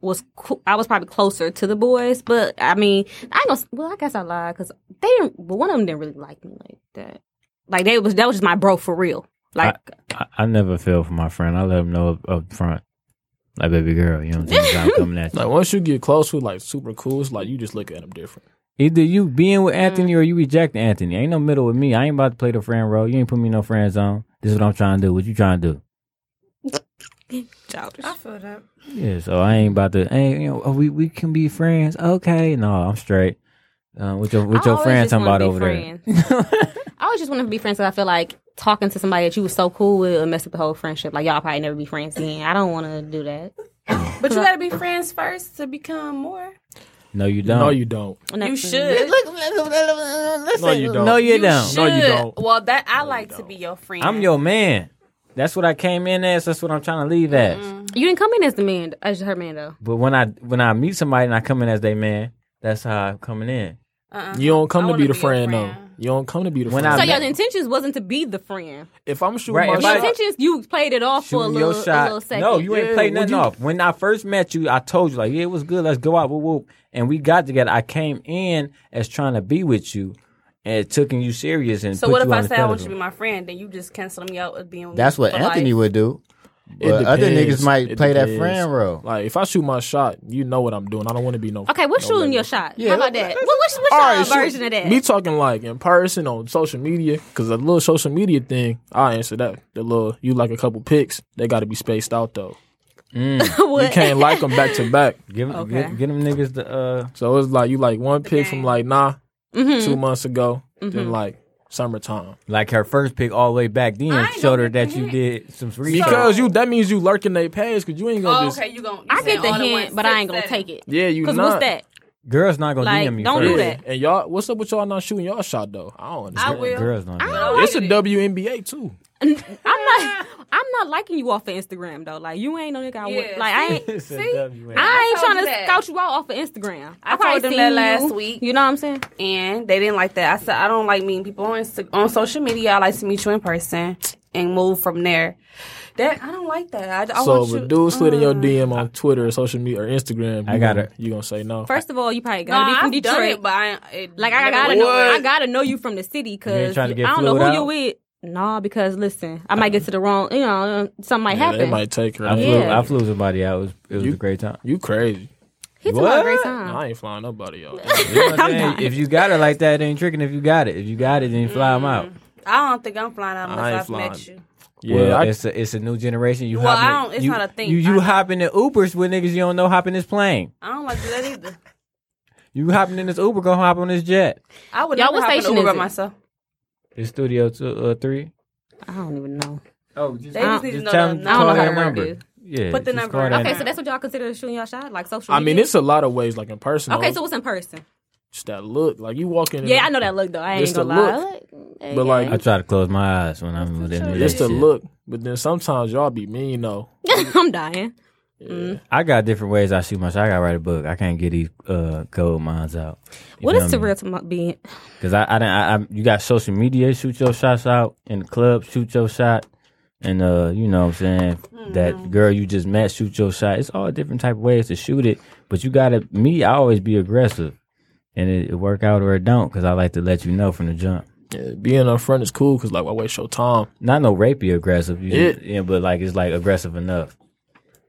was cl- I was probably closer to the boys, but I mean, I ain't gonna. s- Well, I guess I lied because they didn't. Well, one of them didn't really like me like that. Like they was that was just my bro for real. Like I, I never fell for my friend. I let him know up, up front, like baby girl, you know what I'm saying? I'm coming at you. Like once you get close with like super cool, it's like you just look at them different. Either you being with Anthony or you rejecting Anthony. Ain't no middle with me. I ain't about to play the friend role. You ain't put me in no friend zone. This is what I'm trying to do. What you trying to do? I feel that. Yeah, so I ain't about to. Ain't you know? oh, we we can be friends. Okay, no, I'm straight. Uh, with your with I your always friend just talking wanna about be over friends. I always just want to be friends because I feel like talking to somebody that you was so cool with would mess up the whole friendship. Like y'all probably never be friends again. I don't want to do that. But you gotta be friends first to become more. No, you don't. No, you don't. No, You should. No, you don't. No, you You don't. should. No, you don't. Well, that I like to be your friend. I'm your man. That's what I came in as. That's what I'm trying to leave as. You didn't come in as the man, as her man though. But when I when I meet somebody and I come in as they man, that's how I'm coming in. You don't come I to wanna be the be a friend, friend. though. You don't come to be the When friend. So I- your intentions wasn't to be the friend. if I'm shooting Right, my if Your I- shot, intentions, you played it off for a Shooting little, your a little shot. second. No, you ain't Yeah, played nothing would you- off. When I first met you, I told you like, yeah, it was good. Let's go out. Whoop whoop. And we got together. I came in as trying to be with you, and taking you serious. And So put what you if I on the say I want you to be pedestal. my friend, then you just cancel me out as being That's what for Anthony life? would do. it But other depends. niggas might It play that depends. friend role. Like if I shoot my shot, you know what I'm doing. I don't want to be no. Okay, what's no shooting regular. your shot? How about that? What, what's what's All your right, shoot. version of that? Me talking like in person on social media because the little social media thing, I answer that. The little you like a couple pics, they got to be spaced out though. You What? can't like them back to back. Give, them Okay. give, give them niggas the uh. So it's like you like one pic from game. like nah two months ago, then like summertime Like her first pick all the way back then ain't showed gonna her get that the you hint. did some research. because you that means you lurking their page because you ain't gonna Oh, just okay, you going I get the hint, but I ain't gonna take it. yeah you Cause not what's that? girls not gonna Like, DM you. don't first. do that. and y'all what's up with y'all not shooting y'all shot though I don't I understand. will. Girls not. doing that. I it's a hated it. WNBA too. I'm not. I'm not liking you off of Instagram though. Like you ain't no nigga. I would, Yeah. like I ain't. It's a See? WNBA. I ain't I told trying to you that. scout you out off of Instagram. I probably told them that seen last you. week. You know what I'm saying? And they didn't like that. I said I don't like meeting people on Insta- on social media. I like to meet you in person and move from there. That I don't like that. I, I so want if you. uh-huh. a dude slid in your Uh. DM on Twitter, or social media, or Instagram, I you got gonna- it. You gonna say no? First of all, you probably no, gotta be from I've Detroit. done it, but I, it Like I gotta know, I gotta know you from the city because I trying to get don't know who flued you out? with. Nah, because listen, I might get to the wrong. You know, something might Yeah, they happen. might take her. I flew, Yeah. I flew somebody out. It was, it was You- a great time. You crazy? He's about a great What? time. Nah, I ain't flying nobody out. You know what I'm saying? If you got it like that, it ain't tricking. If you got it, if you got it, then fly them out. I don't think I'm flying out I ain't unless I've flying. met you. yeah, well, I, it's a it's a new generation. You Well, hopping, I don't- it's you, not a thing. You you I- hopping in Ubers with niggas you don't know hopping this plane. I don't like to do that either. You hopping in this Uber, go hop on this jet. I would Y'all, never what hop in station Uber is by it? myself. It's Studio two, uh, Three. I don't even know. Oh, just, They just don't- need to just know tell the them I don't call know number. that how to number. do. Yeah, Put the just number call in. that Okay, Yeah. so that's what y'all consider shooting your shot, like social. I Media? mean, it's a lot of ways, like in person. okay. though. So what's in person? just that look, like you walking. in Yeah, I know that look though. I ain't Just gonna the lie. But like, I try to close my eyes when I'm with that Just the shit. look, but then sometimes y'all be mean though. I'm dying. I got different ways I shoot my shot. I got to write a book. I can't get these uh, gold mines out. You What feel is me? surreal to my being? Cause I, I, done- I, I, you got social media, shoot your shots out in the club, shoot your shot, and uh, you know what I'm saying that Mm-hmm. girl you just met, shoot your shot. It's all different type of ways to shoot it, but you gotta me. I always be aggressive, and it, it work out or it don't, cause I like to let you know from the jump. Yeah, being up front is cool because like why waste your time? Not no rapey aggressive, you Yeah. yeah, but like it's like aggressive enough.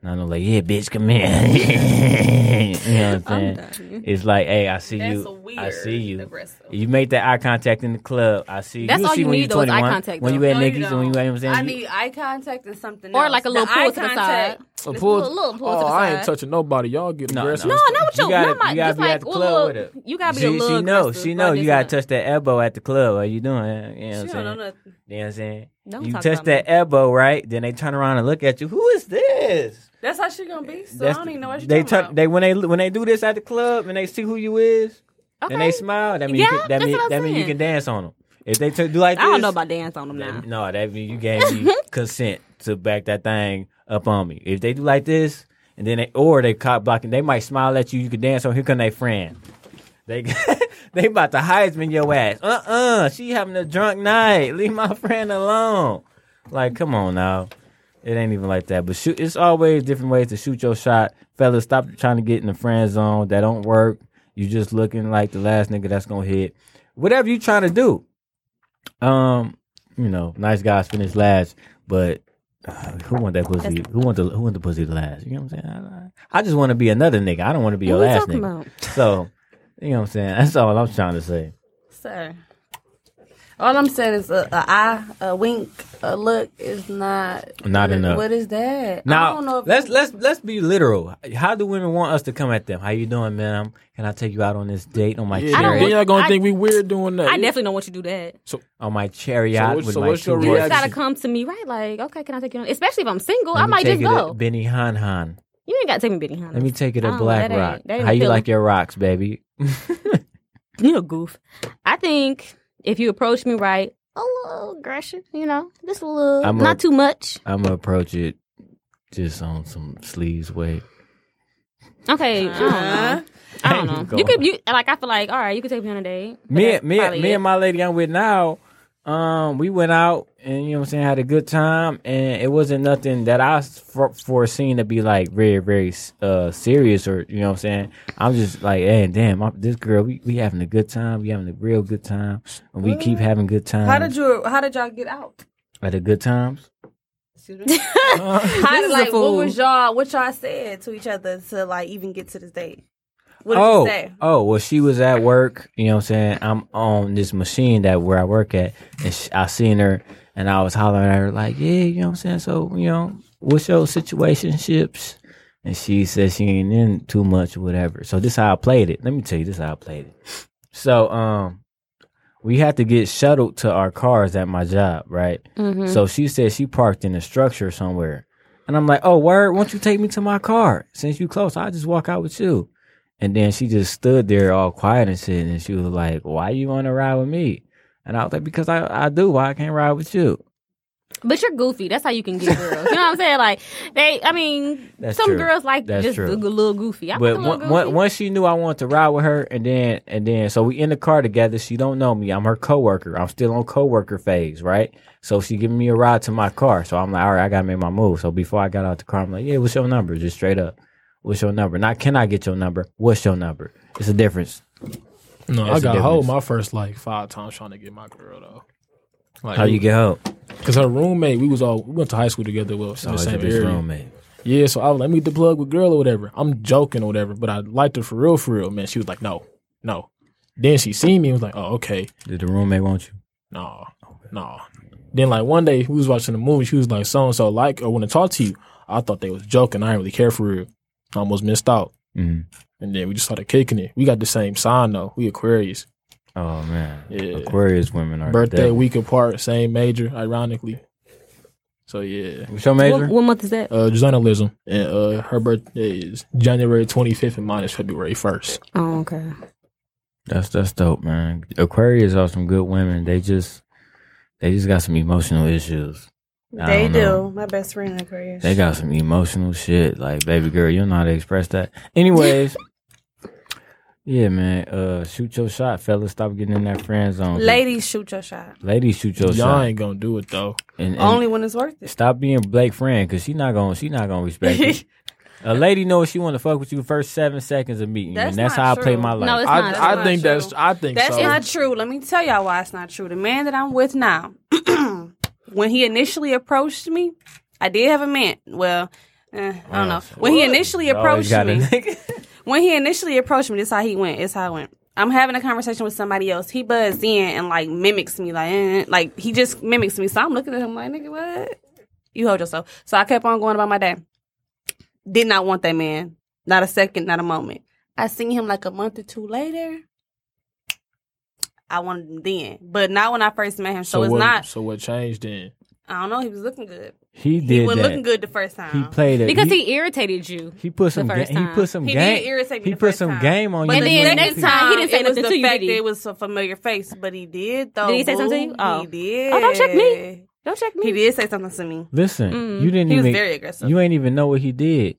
Not no like yeah, bitch, come here. you know what I'm saying? It's like hey, I see That's you. weird. I see you. Aggressive. You make that eye contact in the club. I see. That's you all see you when need, though, is eye 21, contact, When though. you at No, you Niggas and when you at, you know what I'm saying? I You- need eye contact and something Or else. like a little The pull eye to the contact- side. A A pull, little, little pull oh, to the I side. ain't touching nobody. Y'all get No, aggressive. no. no, not with You your. gotta- not my, you gotta just be at like, the well, club look, with it. You gotta be she, a little. she know. aggressive, She but know. You it's gotta not. touch that elbow at the club. Are you doing? You know what I'm She saying? don't know nothing. You know what I'm saying? Don't you talk touch about that elbow, right? Then they turn around and look at you. Who is this? That's how she gonna be. So I don't even know what she they talking turn- about. They when they when they do this at the club and they see who you is and Okay. they smile. That mean you Yeah, can, that that's mean what I'm that mean you saying. can dance on them. If they t- do like this, I don't know about dance on them now. that, no, that mean you gave me consent to back that thing up on me. If they do like this, and then they or they caught blocking, they might smile at you. You can dance on. Here come they friend. They they about to Heisman your ass. Uh uh she having a drunk night. Leave my friend alone. Like, come on now. It ain't even like that. But shoot, it's always different ways to shoot your shot, fellas. Stop trying to get in the friend zone. That don't work. You just looking like the last nigga that's gonna hit. Whatever you trying to do. Um, you know, nice guys finish last, but uh, who want that pussy? Who want the who want the pussy to last? You know what I'm saying? I- I, I just want to be another nigga. I don't want to be your What we last talking nigga. about? So, you know what I'm saying? That's all I'm trying to say. Sir. All I'm saying is a, a eye, a wink, a look is not Not what- enough. What is that? Now, I don't know if let's let's let's be literal. How do women want us to come at them? How you doing, ma'am? Can I take you out on this date on my Yeah, don't then want- chariot? y'all gonna I- think we weird doing that. I definitely don't want you to do that. On my chariot So what- with so my what's your two You horses. just reaction? gotta come to me right. Like, okay, can I take you on? Especially if I'm single, Let I me might take just you to go. Benny Han Han. You ain't got to take me Benny Hanna. Let me take it I a don't know, black that ain't- rock. that ain't How you feeling. like your rocks, baby? you a goof. I think if you approach me right, a little aggression, you know, just a little, I'm a- not too much. I'm gonna approach it just on some sleeves way. Okay, I don't Uh-huh. know. I don't know. Go You on. could, you like, I feel like, all right, you could take me on a date. But Me, that's me, probably me, it. and my lady I'm with now. Um, we went out and you know what I'm saying had a good time, and it wasn't nothing that I was for, foreseen to be like very, very uh serious or you know what I'm saying. I'm just like, hey, damn, I'm, this girl, we, we having a good time, we having a real good time, and we keep having good times. How did you? How did y'all get out? at the good times? How is did, a like fool. what was y'all? What y'all said to each other to like even get to this date? What did oh, you say? oh, well, she was at work. You know what I'm saying? I'm on this machine that where I work at, and sh I seen her, and I was hollering at her like, "Yeah, you know what I'm saying? So, you know, what's your situationships?" And she said she ain't in too much, or whatever. So this how I played it. Let me tell you, this how I played it. So, um, we had to get shuttled to our cars at my job, right? Mm-hmm. So she said she parked in a structure somewhere. And I'm like, oh, word, won't you take me to my car? Since you close, I'll just walk out with you. And then she just stood there all quiet and shit. And she was like, why you want to ride with me? And I was like, because I, I do. Why I can't ride with you? But you're goofy. That's how you can get girls. You know what I'm saying? Like they, I mean, That's some true. girls like That's just true. a little goofy. I But like a one, little one, goofy. once she knew I wanted to ride with her, and then and then so we in the car together. She don't know me. I'm her coworker. I'm still on coworker phase, right? So she giving me a ride to my car. So I'm like, all right, I gotta make my move. So before I got out the car, I'm like, yeah, what's your number? Just straight up, what's your number? Not can I get your number? What's your number? It's a difference. No, That's the I got hold difference. my first like five times trying to get my girl though. Like, How you get home? Oh, Because her roommate, we was all we went to high school together. Well, in the Always same at this area. roommate. Yeah, so I was like, meet the plug with girl or whatever. I'm joking or whatever, but I liked her for real, for real, man. She was like, no, no. Then she seen me and was like, oh, okay, Did the roommate want you? no, no. Then like one day we was watching a movie. She was like, so and so like, I want to talk to you. I thought they was joking. I didn't really care for real. I almost missed out. Mhm. And then we just started kicking it. We got the same sign though. We Aquarius. Oh man, Yeah. Aquarius women are the Birthday devil. week apart, same major, ironically. So yeah. What's your What, major? what month is that? uh, journalism, and uh, her birthday is January 25th, and mine is February 1st. Oh, okay. That's that's dope, man. Aquarius are some good women. They just they just got some emotional issues. I They don't do. know. My best friend agrees. They got some emotional shit. Like, baby girl, you know how to express that. Anyways, yeah, man. Uh, shoot your shot, fellas. Stop getting in that friend zone. Ladies, shoot your shot. ladies, shoot your Y'all shot. ain't gonna do it though. And, and Only when it's worth it. stop being Blake friend, cause she not gonna she not gonna respect you. A lady knows she want to fuck with you first seven seconds of meeting you, That's and that's not how I play true. my life. No, it's not. I, I not think true. that's I think That's so. not true. Let me tell y'all why it's not true. The man that I'm with now, when he initially approached me, I did have a man. Well, eh, I Oh, don't know. When he initially You always approached got a me, nigga. when he initially approached me, this how he went. It's how it went. I'm having a conversation with somebody else. He buzzed in and like mimics me, like eh, like he just mimics me. So I'm looking at him like, nigga, what? You hold yourself. So I kept on going about my day. Did not want that man. Not a second. Not a moment. I seen him like a month or two later. I wanted him then, but not when I first met him. So, it's what, not. So what changed then? I don't know. He was looking good. He He did was that. looking good the first time. He played it Because he, irritated you. He put some the ga- first he time. put some He game. did irritate me he the put first some time. game on But you. then You The the know next next people- time, time, he didn't say it was nothing the to you, fact did he? that it was a familiar face, but he did though. Did he say something to you? boo. Oh. he did. Oh, don't check me. Don't check me. He did say something to me. Listen, you didn't Mm, He was even very aggressive. you ain't even know what he did.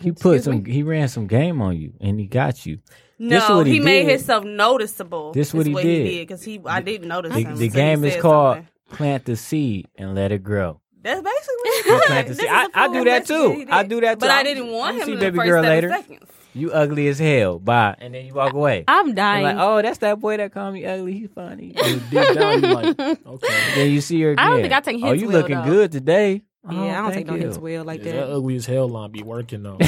He put Excuse some he ran some game on you and he got you. no, this what he, he made did. himself noticeable. This what he did. because he, I didn't notice The, him. the until game he is said called something. plant the seed and let it grow. That's basically what he Plant the did. seed. I, I do that too. I do that too. But I I'm- didn't want I'm him See in the baby first girl seven later. seconds. You ugly as hell. Bye. And then you walk away. I'm You're dying. like, oh, that's that boy that called me ugly. He funny. You deep down, you like, okay, then you see her again. I don't think I take Oh, hits you well, looking though. good today. yeah, I don't take no hits well. well like yeah, that that. ugly as hell line be working though.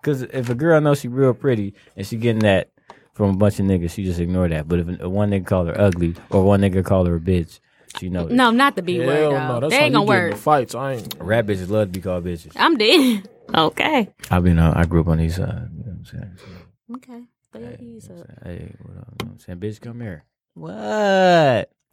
Because if a girl knows she real pretty and she getting that from a bunch of niggas, she just ignore that. But if a- one nigga call her ugly or one nigga call her a bitch, she know. No, not the B hell word. though. no, that's they how ain't you gonna get in work. the fights. I ain't. Rap bitches love to be called bitches. I'm dead. Okay. I've been, uh, I grew up on these, uh, you know what I'm saying? Okay. Throw your keys up. Hey, what up, you know what I'm saying? Bitch, come here. What?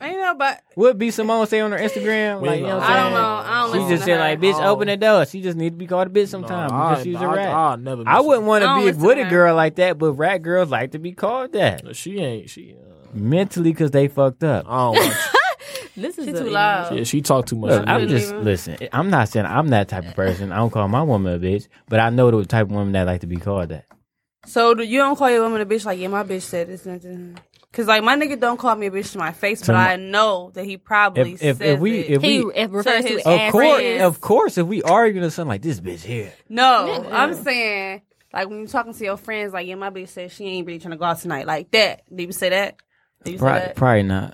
Ain't know, but What B Simone say on her Instagram? We Like, you know know. what I I'm don't know. saying? I don't She listen just to said her. like, bitch, Oh. open the door. She just need to be called a bitch No, sometime I, because she's a I- rat. I'll never. I miss wouldn't her. want to I don't be a listen with to a her. girl like that, but rat girls like to be called that She ain't. She. Uh, mentally because they fucked up. I don't. Watch. This is she's a- too loud. Uh, yeah, she talk too much. Look, I'm really just even- listen. I'm not saying I'm that type of person. I don't call my woman a bitch, but I know the type of woman that like to be called that. So do you don't call your woman a bitch like yeah, my bitch said this nothing. Cause like my nigga don't call me a bitch to my face, but my- I know that he probably If if, if we it. if He we it refers his- to of as course friends. of course if we arguing or something like this bitch here, no, I'm saying like when you talking to your friends, like yeah, my bitch said she ain't really trying to go out tonight, like that. Do you say that? Do you say probably, that? probably not.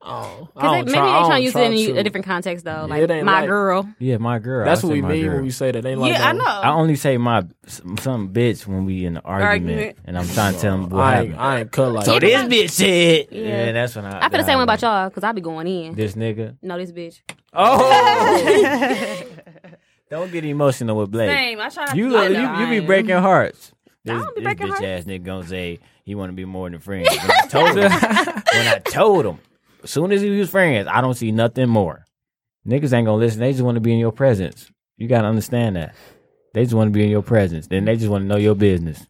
Oh, I don't Because maybe try- I they don't trying to use try it in to. a different context though. Yeah, Like it ain't my like- girl. Yeah, my girl. That's I what say we my mean girl. when we say that. They like yeah, I no- know. I only say my some bitch when we in an argument, Argument. and I'm trying to tell them what I ain't, happened. I ain't cut like. So that. this bitch said, yeah. Yeah. that's when I. I feel the then I same way about know. y'all because I be going in. This nigga. No, this bitch. Oh, don't get emotional with Blake. Same. I try not You, to. I look, know. you you be breaking hearts. I This, don't be this breaking bitch hearts. ass nigga gonna say he want to be more than friends. When I told him, when I told him, as soon as he was friends, I don't see nothing more. Niggas ain't gonna listen. They just want to be in your presence. You gotta understand that. They just want to be in your presence. Then they just want to know your business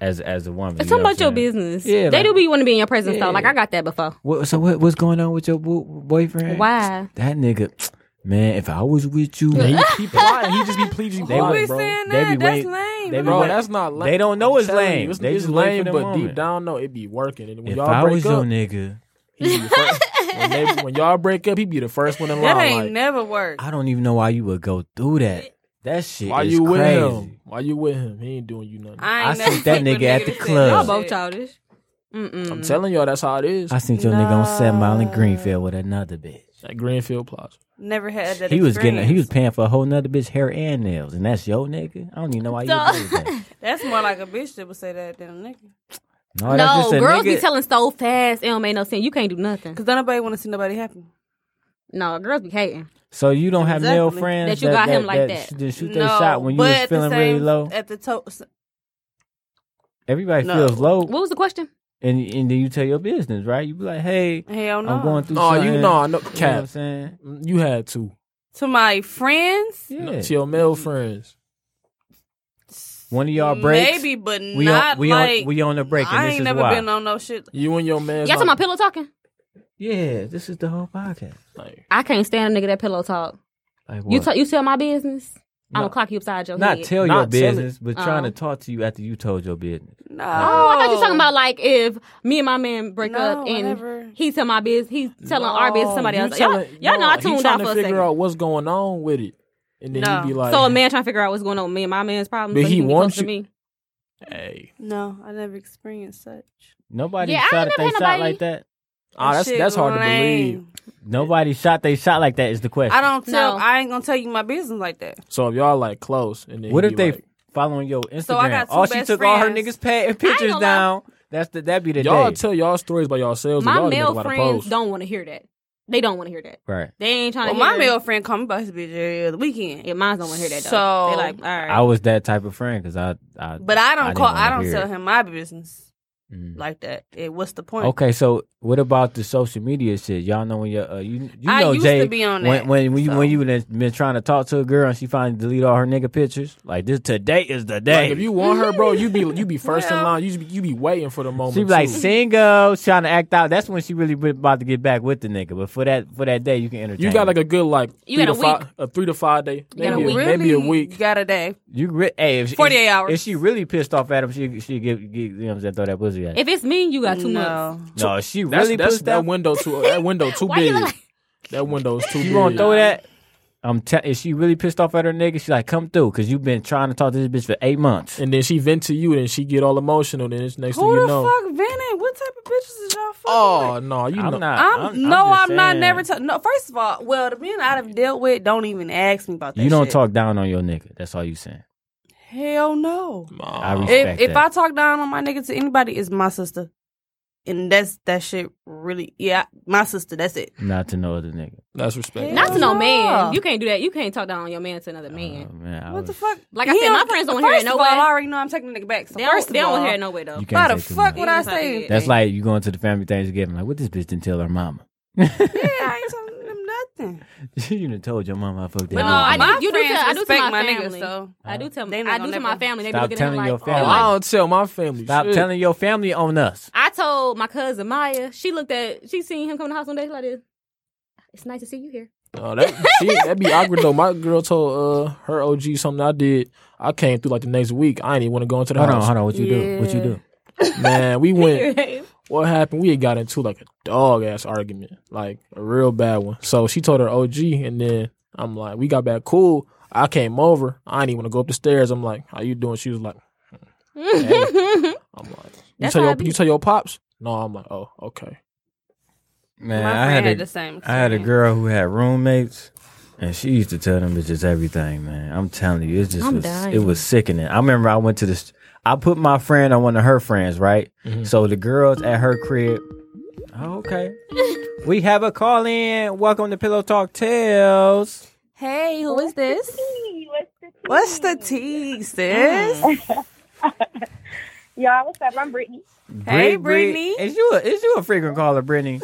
as as a woman. you It's talking know what about your I'm saying? business. Yeah, they like- do be want to be in your presence Yeah. though. Like I got that before. What, so what what's going on with your bo- boyfriend? Why? that nigga? Man, if I was with you, Yeah, he keep lying. He just be pleasing They quiet, would- bro. saying They that. be that's waiting- lame. they be Bro, waiting- that's not lame. They don't know I'm it's telling you, lame. It's, They it's just wait lame, for the but moment. deep down, no, it be working. And when if y'all I break was up, your nigga, he be the first, when, they, when y'all break up, he be the first one in line. that ain't like, never worked. I don't even know why you would go through that. That shit why is you with crazy. him? Why you with him? He ain't doing you nothing. I, I, ain't I never seen that sleep with nigga at niggas the that club. said Y'all that both shit. childish. Mm-mm. am telling y'all, that's how it is. I seen your nigga on Seven Mile in Greenfield with another bitch. At Greenfield Plaza. Never had that. He was getting, he was experience. paying for a whole nother bitch hair and nails, and that's your nigga. I don't even know why you did that. That's more like a bitch that would say that than a nigga. No, that's no, just a girls nigga. be telling so fast. It don't make no sense. You can't do nothing. Cause don't nobody want to see nobody happy. No, girls be hating. so you don't have male Exactly. friends That you got him like sh- that. That shoot their shot when you but was at the feeling really same- low. At the toe, Everybody No. feels low, What was the question? and and then you tell your business, right? You be like, hey, hell no. I'm going through. No, something. Oh, you know, no, You know what I'm cap. saying? You had to. to my friends. Yeah. To your male friends. One of y'all breaks. maybe, but we not on we like on we on the break, and I this ain't is never why. been on no shit. You and your man. Y'all talking about pillow talking? Yeah, this is the whole podcast. like, I can't stand a nigga that pillow talk. Like You what? tell you tell my business. I'm No. gonna clock you upside your not head. tell your Not tell it. business, but trying to Oh. talk to you after you told your business. No, Oh, I thought you talking about like if me and my man break No, up and whatever. he tell my biz, he's telling our biz to somebody you else. y'all, telling- y'all know I no, he tuned trying out to for a figure second. out what's going on with it, and then No. you be like, so a man trying to figure out what's going on with me and my man's problems. But so he, he can be wants close to me. hey, No, I never experienced such. Nobody Yeah, I shot ain't they never had shot nobody- like that. ah, that's Shit that's hard to lame. believe. Nobody shot they shot like that is the question. I don't tell. No. I ain't gonna tell you my business like that. So if y'all like close, and then What he if be they like, following your Instagram? So I got two oh, she best took all her friends. niggas' pa- pictures gonna lie. down. That's the that be the y'all day. tell y'all stories by yourselves? and My y'all make a male lot of friends posts. don't want to hear that. They don't want to hear that. right. They ain't trying Well, to. my hear, male friend called me about his bitch every other weekend. Yeah, mine don't want to hear that. Though. So- they like, all right. I was that type of friend because I, I. But I don't didn't call. wanna I don't hear tell it. him my business Mm. like that. It, what's the point? Okay, so what about the social media shit? Y'all know when you uh, you you I know used Jay to be on when that, when when you when so. you done been trying to talk to a girl and she finally delete all her nigga pictures like this today is the day. Like if you want her, bro, you be you be first in Well. line. You be, you be waiting for the moment. she be like too. single, trying to act out. That's when she really been about to get back with the nigga. But for that for that day, you can entertain. you got her. like a good like You three got to a week. five a three to five day, got a maybe week. maybe a Really week. Got a day. you re- hey, if she- 48 if- hours. If she really pissed off at him, she she get, get you know what I'm saying throw that pussy at. Him. if it's me, you got two months. No. no, if she That's, really that's pissed that off. window too. uh, That window too Why you big. look like- that window's too. You gonna big. throw that? I'm te- if she really pissed off at her nigga, she like come through because you've been trying to talk to this bitch for eight months. And then she vent to you, and she get all emotional. Then it's next thing Who you the know. fuck Vinny? What type of bitches is y'all fucking with? Oh no, you I'm know. not. I'm, no, just I'm not saying. never. Ta- no, first of all, well, the men I've dealt with don't even ask me about that. You don't shit. talk down on your nigga. That's all you saying. Hell no. I If respect if I that. talk down on my nigga to anybody, it's my sister, and that's that shit. Really, yeah, my sister. That's it. Not to no other nigga. That's respect. Not to no Yeah. man. You can't do that. You can't talk down on your man to another Uh, man. Oh, man, I What the was- fuck? Like I said, don't- my friends don't hear it first no of all, way. I already know I'm taking the nigga back. So They first don't, they of all, don't hear it no way though. You can't why the say too fuck much. would I Even if I say did. That's like you going to the family Thanksgiving. Like, what this bitch didn't tell her mama? Yeah, I ain't telling them nothing. you done told your mom I fucked that. But no, up. I uh, my do. You do friends tell. I do respect my tell my niggas, family. so I do tell. they not I gonna do tell never- my family. They be Stop looking at me telling your like, family. oh, I don't tell my family. Stop shit. telling your family on us. I told my cousin Maya. She looked at. She seen him come to the house one day. She like this. It's nice to see you here. No, that see, that'd be awkward though. My girl told uh her OG something I did. I came through like the next week. I ain't even want to go into the Hold on, house. hold on. What you do? What you Yeah. do? Man, we went. Right. What happened? We had got into like a dog ass argument, like a real bad one. So she told her OG, and then I'm like, we got back cool. I came over. I didn't even want to go up the stairs. I'm like, how you doing? She was like, "Hey." I'm like, you That's tell your how I be. you tell your pops? No, I'm like, oh okay. Man, my I friend had had a, the same. I had a experience. girl who had roommates, and she used to tell them bitches everything, man. I'm telling you, it just I'm was, dying. it was sickening. I remember I went to this, I put my friend on one of her friends, right? So the girls at her crib. Oh, okay, we have a call in. Welcome to Pillow Talk Tales. Hey, who is this? What's the tea, sis? Y'all, what's up? I'm Brittany. Hey, Brit, Brit, Brittany. is you a is you a frequent caller, Brittany?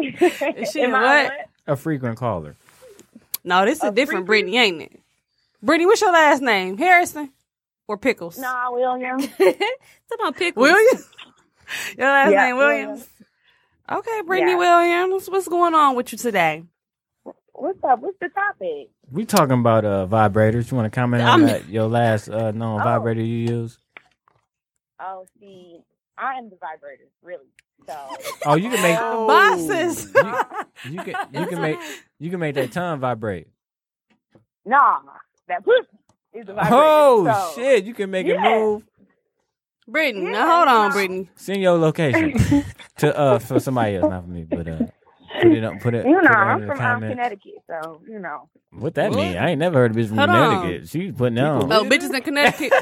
Is she a what? A frequent caller. No, this is a different Brittany, ain't it? Brittany, what's your last name? Harrison or Pickles? Nah, William. Talk about pickles. Williams. Your last Yeah, name Williams. Okay, Brittany Yeah. Williams. What's going on with you today? What's up? What's the topic? We talking about uh vibrators. You want to comment on I'm- that? Your last uh known Oh. vibrator you use? Oh, see, I am the vibrator, really. So, Oh, you can make Bosses. you can you can make you can make that tongue vibrate. nah, that pussy is the vibrator. Oh so, shit! You can make it Yeah. move. Brittany, Yeah, now hold on, no. Brittany. Send your location to uh for somebody else, not for me, but uh put it up, put it. You put know, it I'm under the from um, comments. Connecticut, so you know. What that mean? I ain't never heard of bitch from Hold on. Connecticut. She was putting on. Oh, bitches in Connecticut.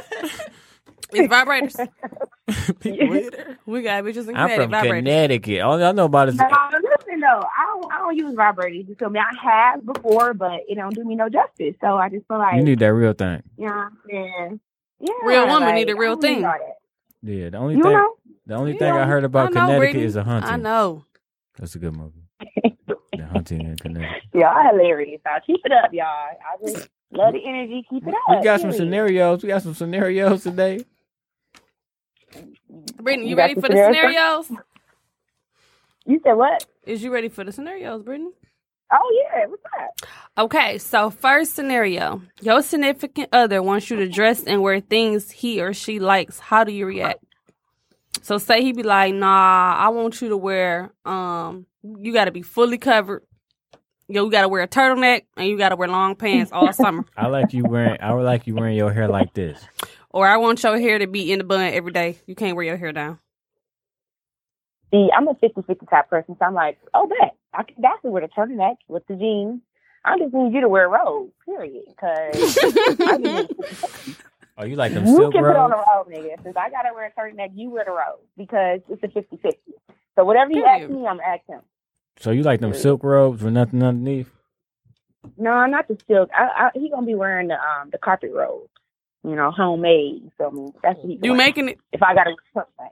it's vibrators. We got bitches in I'm Connecticut. from Vibrators. Connecticut. All I know about is No, uh, listen though, I don't, I don't use vibrators. You feel me? I have before, but it don't do me no justice. So I just feel like, you you need that real thing. know, what I'm saying? yeah, Real woman like, need a I real don't need thing. all that. Yeah, the only You thing know, the only You thing I know, heard about I know, Connecticut Brittany. is a hunting. I know. That's a good movie. the hunting in Connecticut. y'all hilarious. Y'all keep it up, y'all. I just love the energy. Keep it up. We got some period. scenarios. We got some scenarios today. Brittany, you, You got ready the for the scenario? scenarios? You said what? Is you ready for the scenarios, Brittany? Oh yeah, what's up? Okay, so first scenario. Your significant other wants you to dress and wear things he or she likes. How do you react? So say he be like, "Nah, I want you to wear um you got to be fully covered. Yo, you got to wear a turtleneck and you got to wear long pants all summer. I like you wearing. I would like you wearing your hair like this. Or I want your hair to be in a bun every day. You can't wear your hair down." See, I'm a 50 50 type person, so I'm like, oh, bet. I can definitely wear the turtleneck with the jeans. I just need you to wear a robe, period. Because Oh, you like them you silk can put on a robes? robe, nigga. Since I got to wear a turtleneck, you wear the robe because it's a 50 50. So whatever you ask Period. me, I'm asking. So you like them silk robes with nothing underneath? No, not the silk. I, I, he going to be wearing the um the carpet robe, you know, homemade. You feel me? That's what he You wear. making it If I got to wear a turtleneck.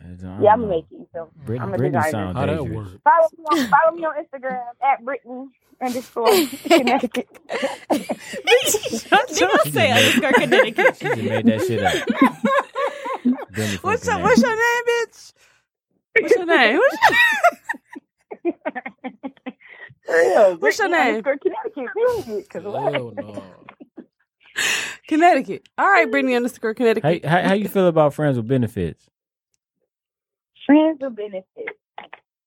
I don't Yeah, I'm know. going to make it. So Brit- I'm a Britney designer. sound How that dangerous. work? follow me on, follow me on Instagram at Brittany underscore Connecticut. Did I say underscore Connecticut? She just made that shit up. Britney from What's your, what's Connecticut. your name, bitch? What's your name? What's your- real. What's your Brittany name? underscore Connecticut. Period. 'Cause what? Hell no. Connecticut. All right, Brittany underscore Connecticut. Hey, how, how you feel about friends with benefits? Friends with benefits.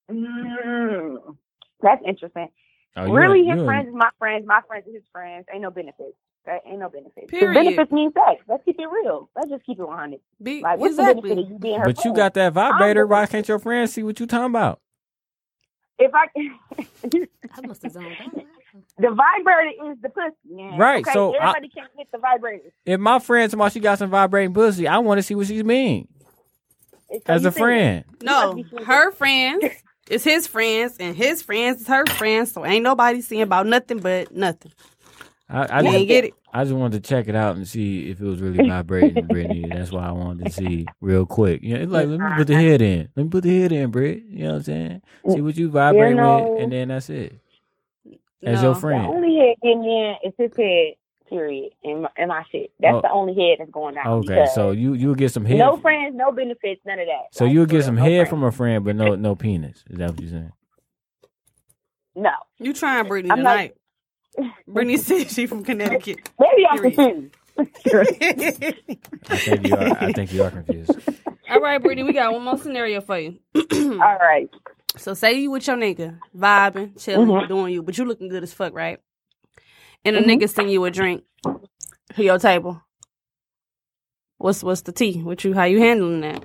Mm, that's interesting. Oh, you really, a- his you a- friends is my friends. My friends is his friends. Ain't no benefits. That ain't no benefits. The Period. Benefits mean sex. Let's keep it real. Let's just keep it 100. Be- Like, what's exactly. the benefit of you being her But you friend? got that vibrator. I'm- Why can't your friends see what you talking about? If I, I must have zoned out. the vibrator is the pussy, man. Right, Okay? so I- everybody can't get the vibrator. If my friend tomorrow she got some vibrating pussy, I want to see what she's mean It's- so as you a think- friend. No, her friends is his friends, and his friends is her friends. So ain't nobody seeing about nothing but nothing. I, I You just, ain't get it. I just wanted to check it out and see if it was really vibrating, Brittany. That's why I wanted to see real quick. You know, it's like let me put the head in. Let me put the head in, Britt. You know what I'm saying? See what you vibrate know- with, and then that's it. As your No. The friend. only head getting in is his head, period, and my, and my shit. That's Oh. the only head that's going out. Okay, because so you you'll get some head. no friends, no benefits, none of that. so Like, you'll for real, get some no head friends. from a friend, but no no penis. Is that what you're saying? No, You trying, Brittany, I'm not- tonight. Brittany said she from Connecticut. maybe I'm Period. confused. I think you are. I think you are confused. All right, Brittany, we got one more scenario for you. Hmm. All right, So say you with your nigga, vibing, chilling, Mhm. doing you, but you looking good as fuck, right? And a Mm-hmm. nigga send you a drink to your table. What's what's the tea? What you how you handling that?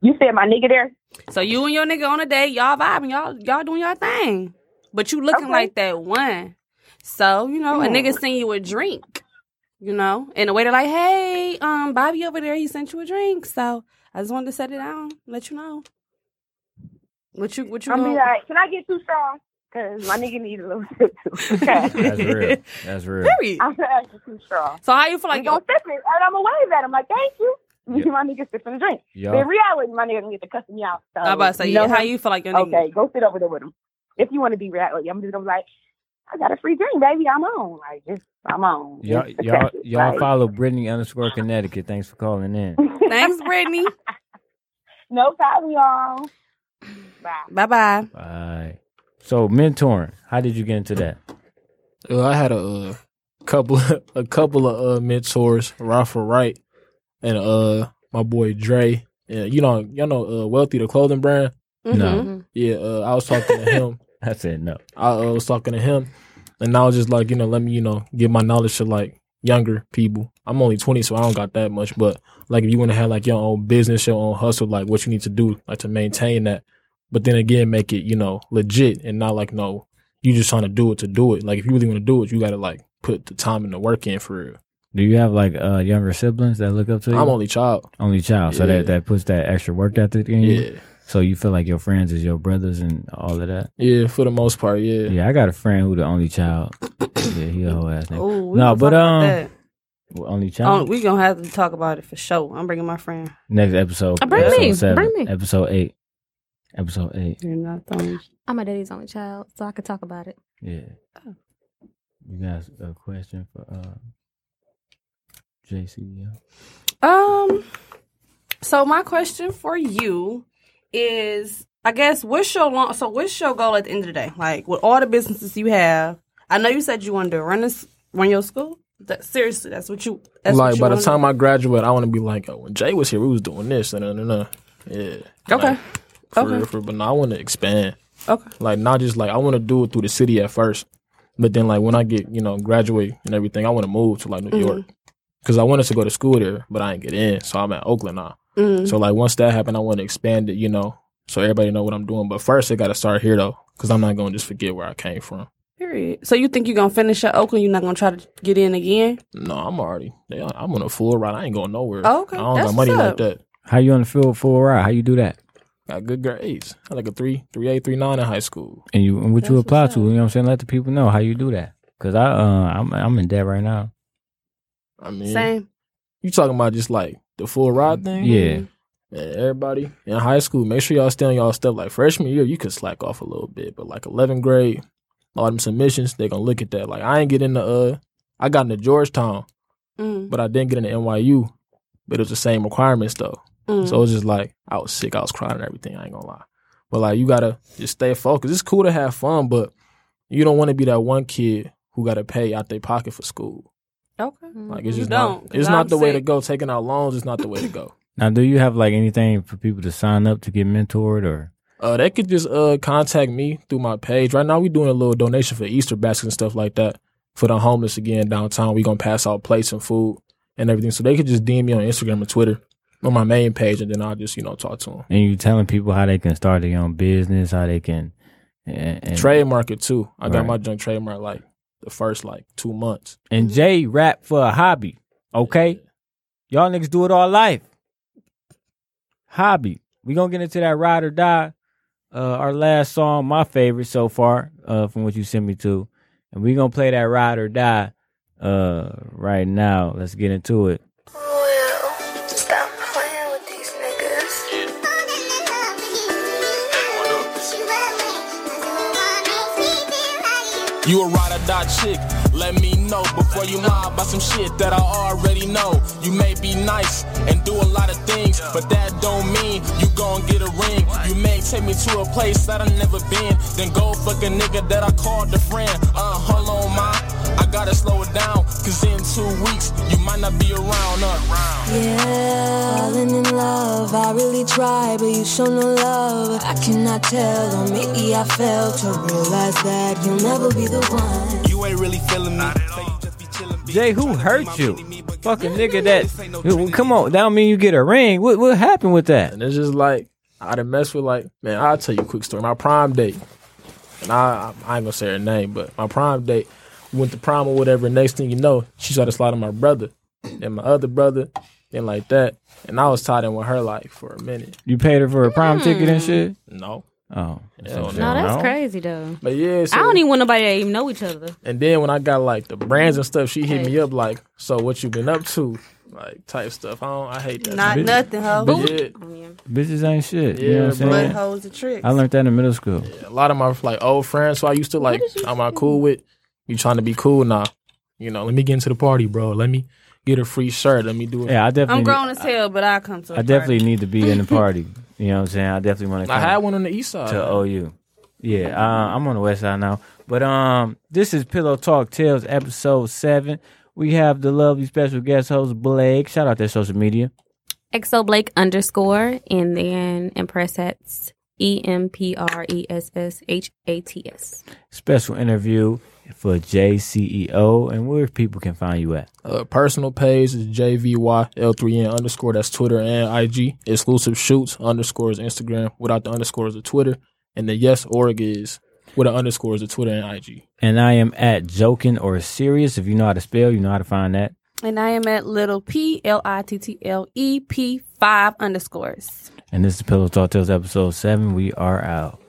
you said my nigga there. So you and your nigga on a date, y'all vibing, y'all y'all doing y'all thing, but you looking Okay. Hmm. like that one. So you know a nigga send you a drink, you know, and the waiter like, hey, um, Bobby over there, he sent you a drink. So I just wanted to set it down, let you know. What you what you I mean, gonna- like, can I get two straws? Because my nigga needs a little sip too. Okay. That's real. That's real. Period. I'm gonna ask you two straws. So how you feel like? Like, gonna sip it, and I'm gonna wave at him like, "Thank you." Yeah. Oh. my nigga sipping a drink. But in Y'all, reality, my nigga gonna get to cussing me out. So I'm about to say, you know yeah, how him. you feel like your nigga? Okay, go sit over there with him. If you want to be real, like, I'm just gonna be like, I got a free drink, baby. I'm on. Like, just I'm on. y'all, Just y'all, accept it. y'all Like, follow Brittany underscore Connecticut. Thanks for calling in. Thanks, Brittany. No problem, y'all. Bye. bye bye. Bye. So mentoring. How did you get into that? Uh, I had a uh, couple a couple of uh, mentors, Rafa Wright, and uh my boy Dre. And you know, y'all know uh, Wealthy the clothing brand. No. Mm-hmm. Yeah, uh, I was talking to him. I said no. I uh, was talking to him, and I was just like, you know, let me, you know, give my knowledge to like younger people. I'm only 20, so I don't got that much. But like, if you want to have like your own business, your own hustle, like what you need to do, like to maintain that. But then again, make it, you know, legit and not like no, you just trying to do it to do it. Like if you really want to do it, you gotta like put the time and the work in for real. Do you have like uh, younger siblings that look up to you? I'm only child. Only child, so Yeah. that that puts that extra work ethic in you. Yeah, So you feel like your friends is your brothers and all of that. yeah, for the most part, yeah. Yeah, I got a friend who the only child. yeah, he a whole ass nigga. Ooh, we No, gonna but, talk about um, that. Well, Only Oh, child. we gonna have to talk about it for sure. I'm bringing my friend. Next episode. Uh, bring episode me, Seven, bring me. Episode eight. Episode eight. You're not throwing- I'm my daddy's only child, so I could talk about it. Yeah. You got a question for uh, E JC? Yeah. Um. So my question for you is, I guess, what's your long? So what's your goal at the end of the day? Like with all the businesses you have, I know you said you wanted to run this, run your school. That, seriously, that's what you. That's what like you by the wanna time I graduate, I want to be like, oh, when Jay was here, we was doing this, and no, no, yeah. do. Okay. Like, for Okay. real, for real. But no, I want to expand. Okay. Like not just like I want to do it through the city at first, but then like when I get you know graduate and everything, I want to move to like New York Mm-hmm. because I wanted to go to school there, but I didn't get in, so I'm at Oakland now. Mhm. So like once that happened, I want to expand it, you know, so everybody know what I'm doing. But first, I got to start here though, because I'm not gonna just forget where I came from. Period. So you think you're gonna finish at Oakland? You're not gonna try to get in again? No, I'm already. yeah, I'm on a full ride. I ain't going nowhere. Oh, Okay, I don't that's got money what's up. like that. How you on the field for a ride? How you do that? Got good grades. I had like a three, three A, three nine in high school. And you and what you That's apply what's to? up. You know what I'm saying? Let the people know how you do that. Cause I uh, I'm I'm in debt right now. I mean, Same. you talking about just like the full ride thing? Mm, Yeah. Man, everybody in high school, make sure y'all stay on y'all stuff. Like freshman year, you could slack off a little bit, but like 11th grade, all them submissions, they gonna look at that. Like I ain't get into uh, I got into Georgetown, Mm, but I didn't get into NYU. But it was the same requirements though, mm. so it was just like I was sick, I was crying and everything. I ain't gonna lie, but like you gotta just stay focused. It's cool to have fun, but you don't want to be that one kid who gotta pay out their pocket for school. okay. Like it's Mm-hmm. You just don't, not, 'cause it's not I'm the way to sick. go. Taking out loans is not the way to go. Now, do you have like anything for people to sign up to get mentored or? Uh, they could just uh contact me through my page. Right now, we doing a little donation for Easter baskets and stuff like that for the homeless again downtown. We gonna pass out plates and food and everything. So they could just DM me on Instagram or Twitter on my main page, and then I'll just you know talk to them. And you telling people how they can start their own business, how they can and, and Trademark it too. I got Right. my junk trademark like the first like two months. And Jay rap for a hobby, okay? Y'all niggas do it all life. Hobby. We gonna get into that ride or die. Uh, our last song, my favorite so far, uh, from what you sent me to, and we gonna play that ride or die. Uh, right now, let's get into it. Stop playing with these niggas. You a ride or die chick, let me know before you lie about some shit that I already know. You may be nice and do a lot of things, but that don't mean you gon' get a ring. You may take me to a place that I never been, then go fuck a nigga that I called a friend. Uh, hold on, ma, I gotta slow it down, cause in two weeks you might not be around. Uh. Yeah, falling in love. I really try, but you show no love. I cannot tell, or maybe I fail to realize that you'll never be the one. You ain't really feeling me. Jay, who hurt you? Fucking nigga, that Yo, come on. That don't mean you get a ring. What what happened with that? And it's just like I done mess with like man. I'll tell you a quick story. My prime date, and I I ain't gonna say her name, but my prime date we went to prom or whatever. And next thing you know, she started sliding my brother, and my other brother, and like that. And I was tied in with her like for a minute. You paid her for a prime ticket and shit. No, Oh, so no, No, that's no. crazy though. but yeah. So, I don't e- even want nobody that even know each other. and then when I got like the brands and stuff, she hit me up like, "So what you been up to?" Like type stuff. I don't. I hate that. Not bitch. nothing, hoe. But yeah, Bitches ain't shit. you Yeah, know what I'm bro. But saying? hoes are tricks. I learned that in middle school. a lot of my like old friends. So I used to like, am I cool with you trying to be cool? Nah, you know, let me get into the party, bro. Let me get a free shirt. Let me do it. Yeah, I definitely. I'm grown as hell, but I come to. a I definitely need to be in the party. You know what I'm saying? I definitely want to. I come. had one on the east side. to OU. Yeah, uh, I'm on the west side now. But um, this is Pillow Talk Tales, episode seven. We have the lovely special guest host Blake. Shout out their social media. Exo Blake underscore and then Impress hats E M P R E S S H A T S. Special interview for JCEO and where people can find you at. Uh, personal page is JVYL3N underscore. That's Twitter and IG. Exclusive shoots underscores Instagram without the underscores of Twitter. And the yes org is with the underscores of Twitter and IG. And I am at joking or serious. If you know how to spell, you know how to find that. And I am at little p l i t t l e p five underscores. And this is Pillow Talk Tales, episode seven. We are out.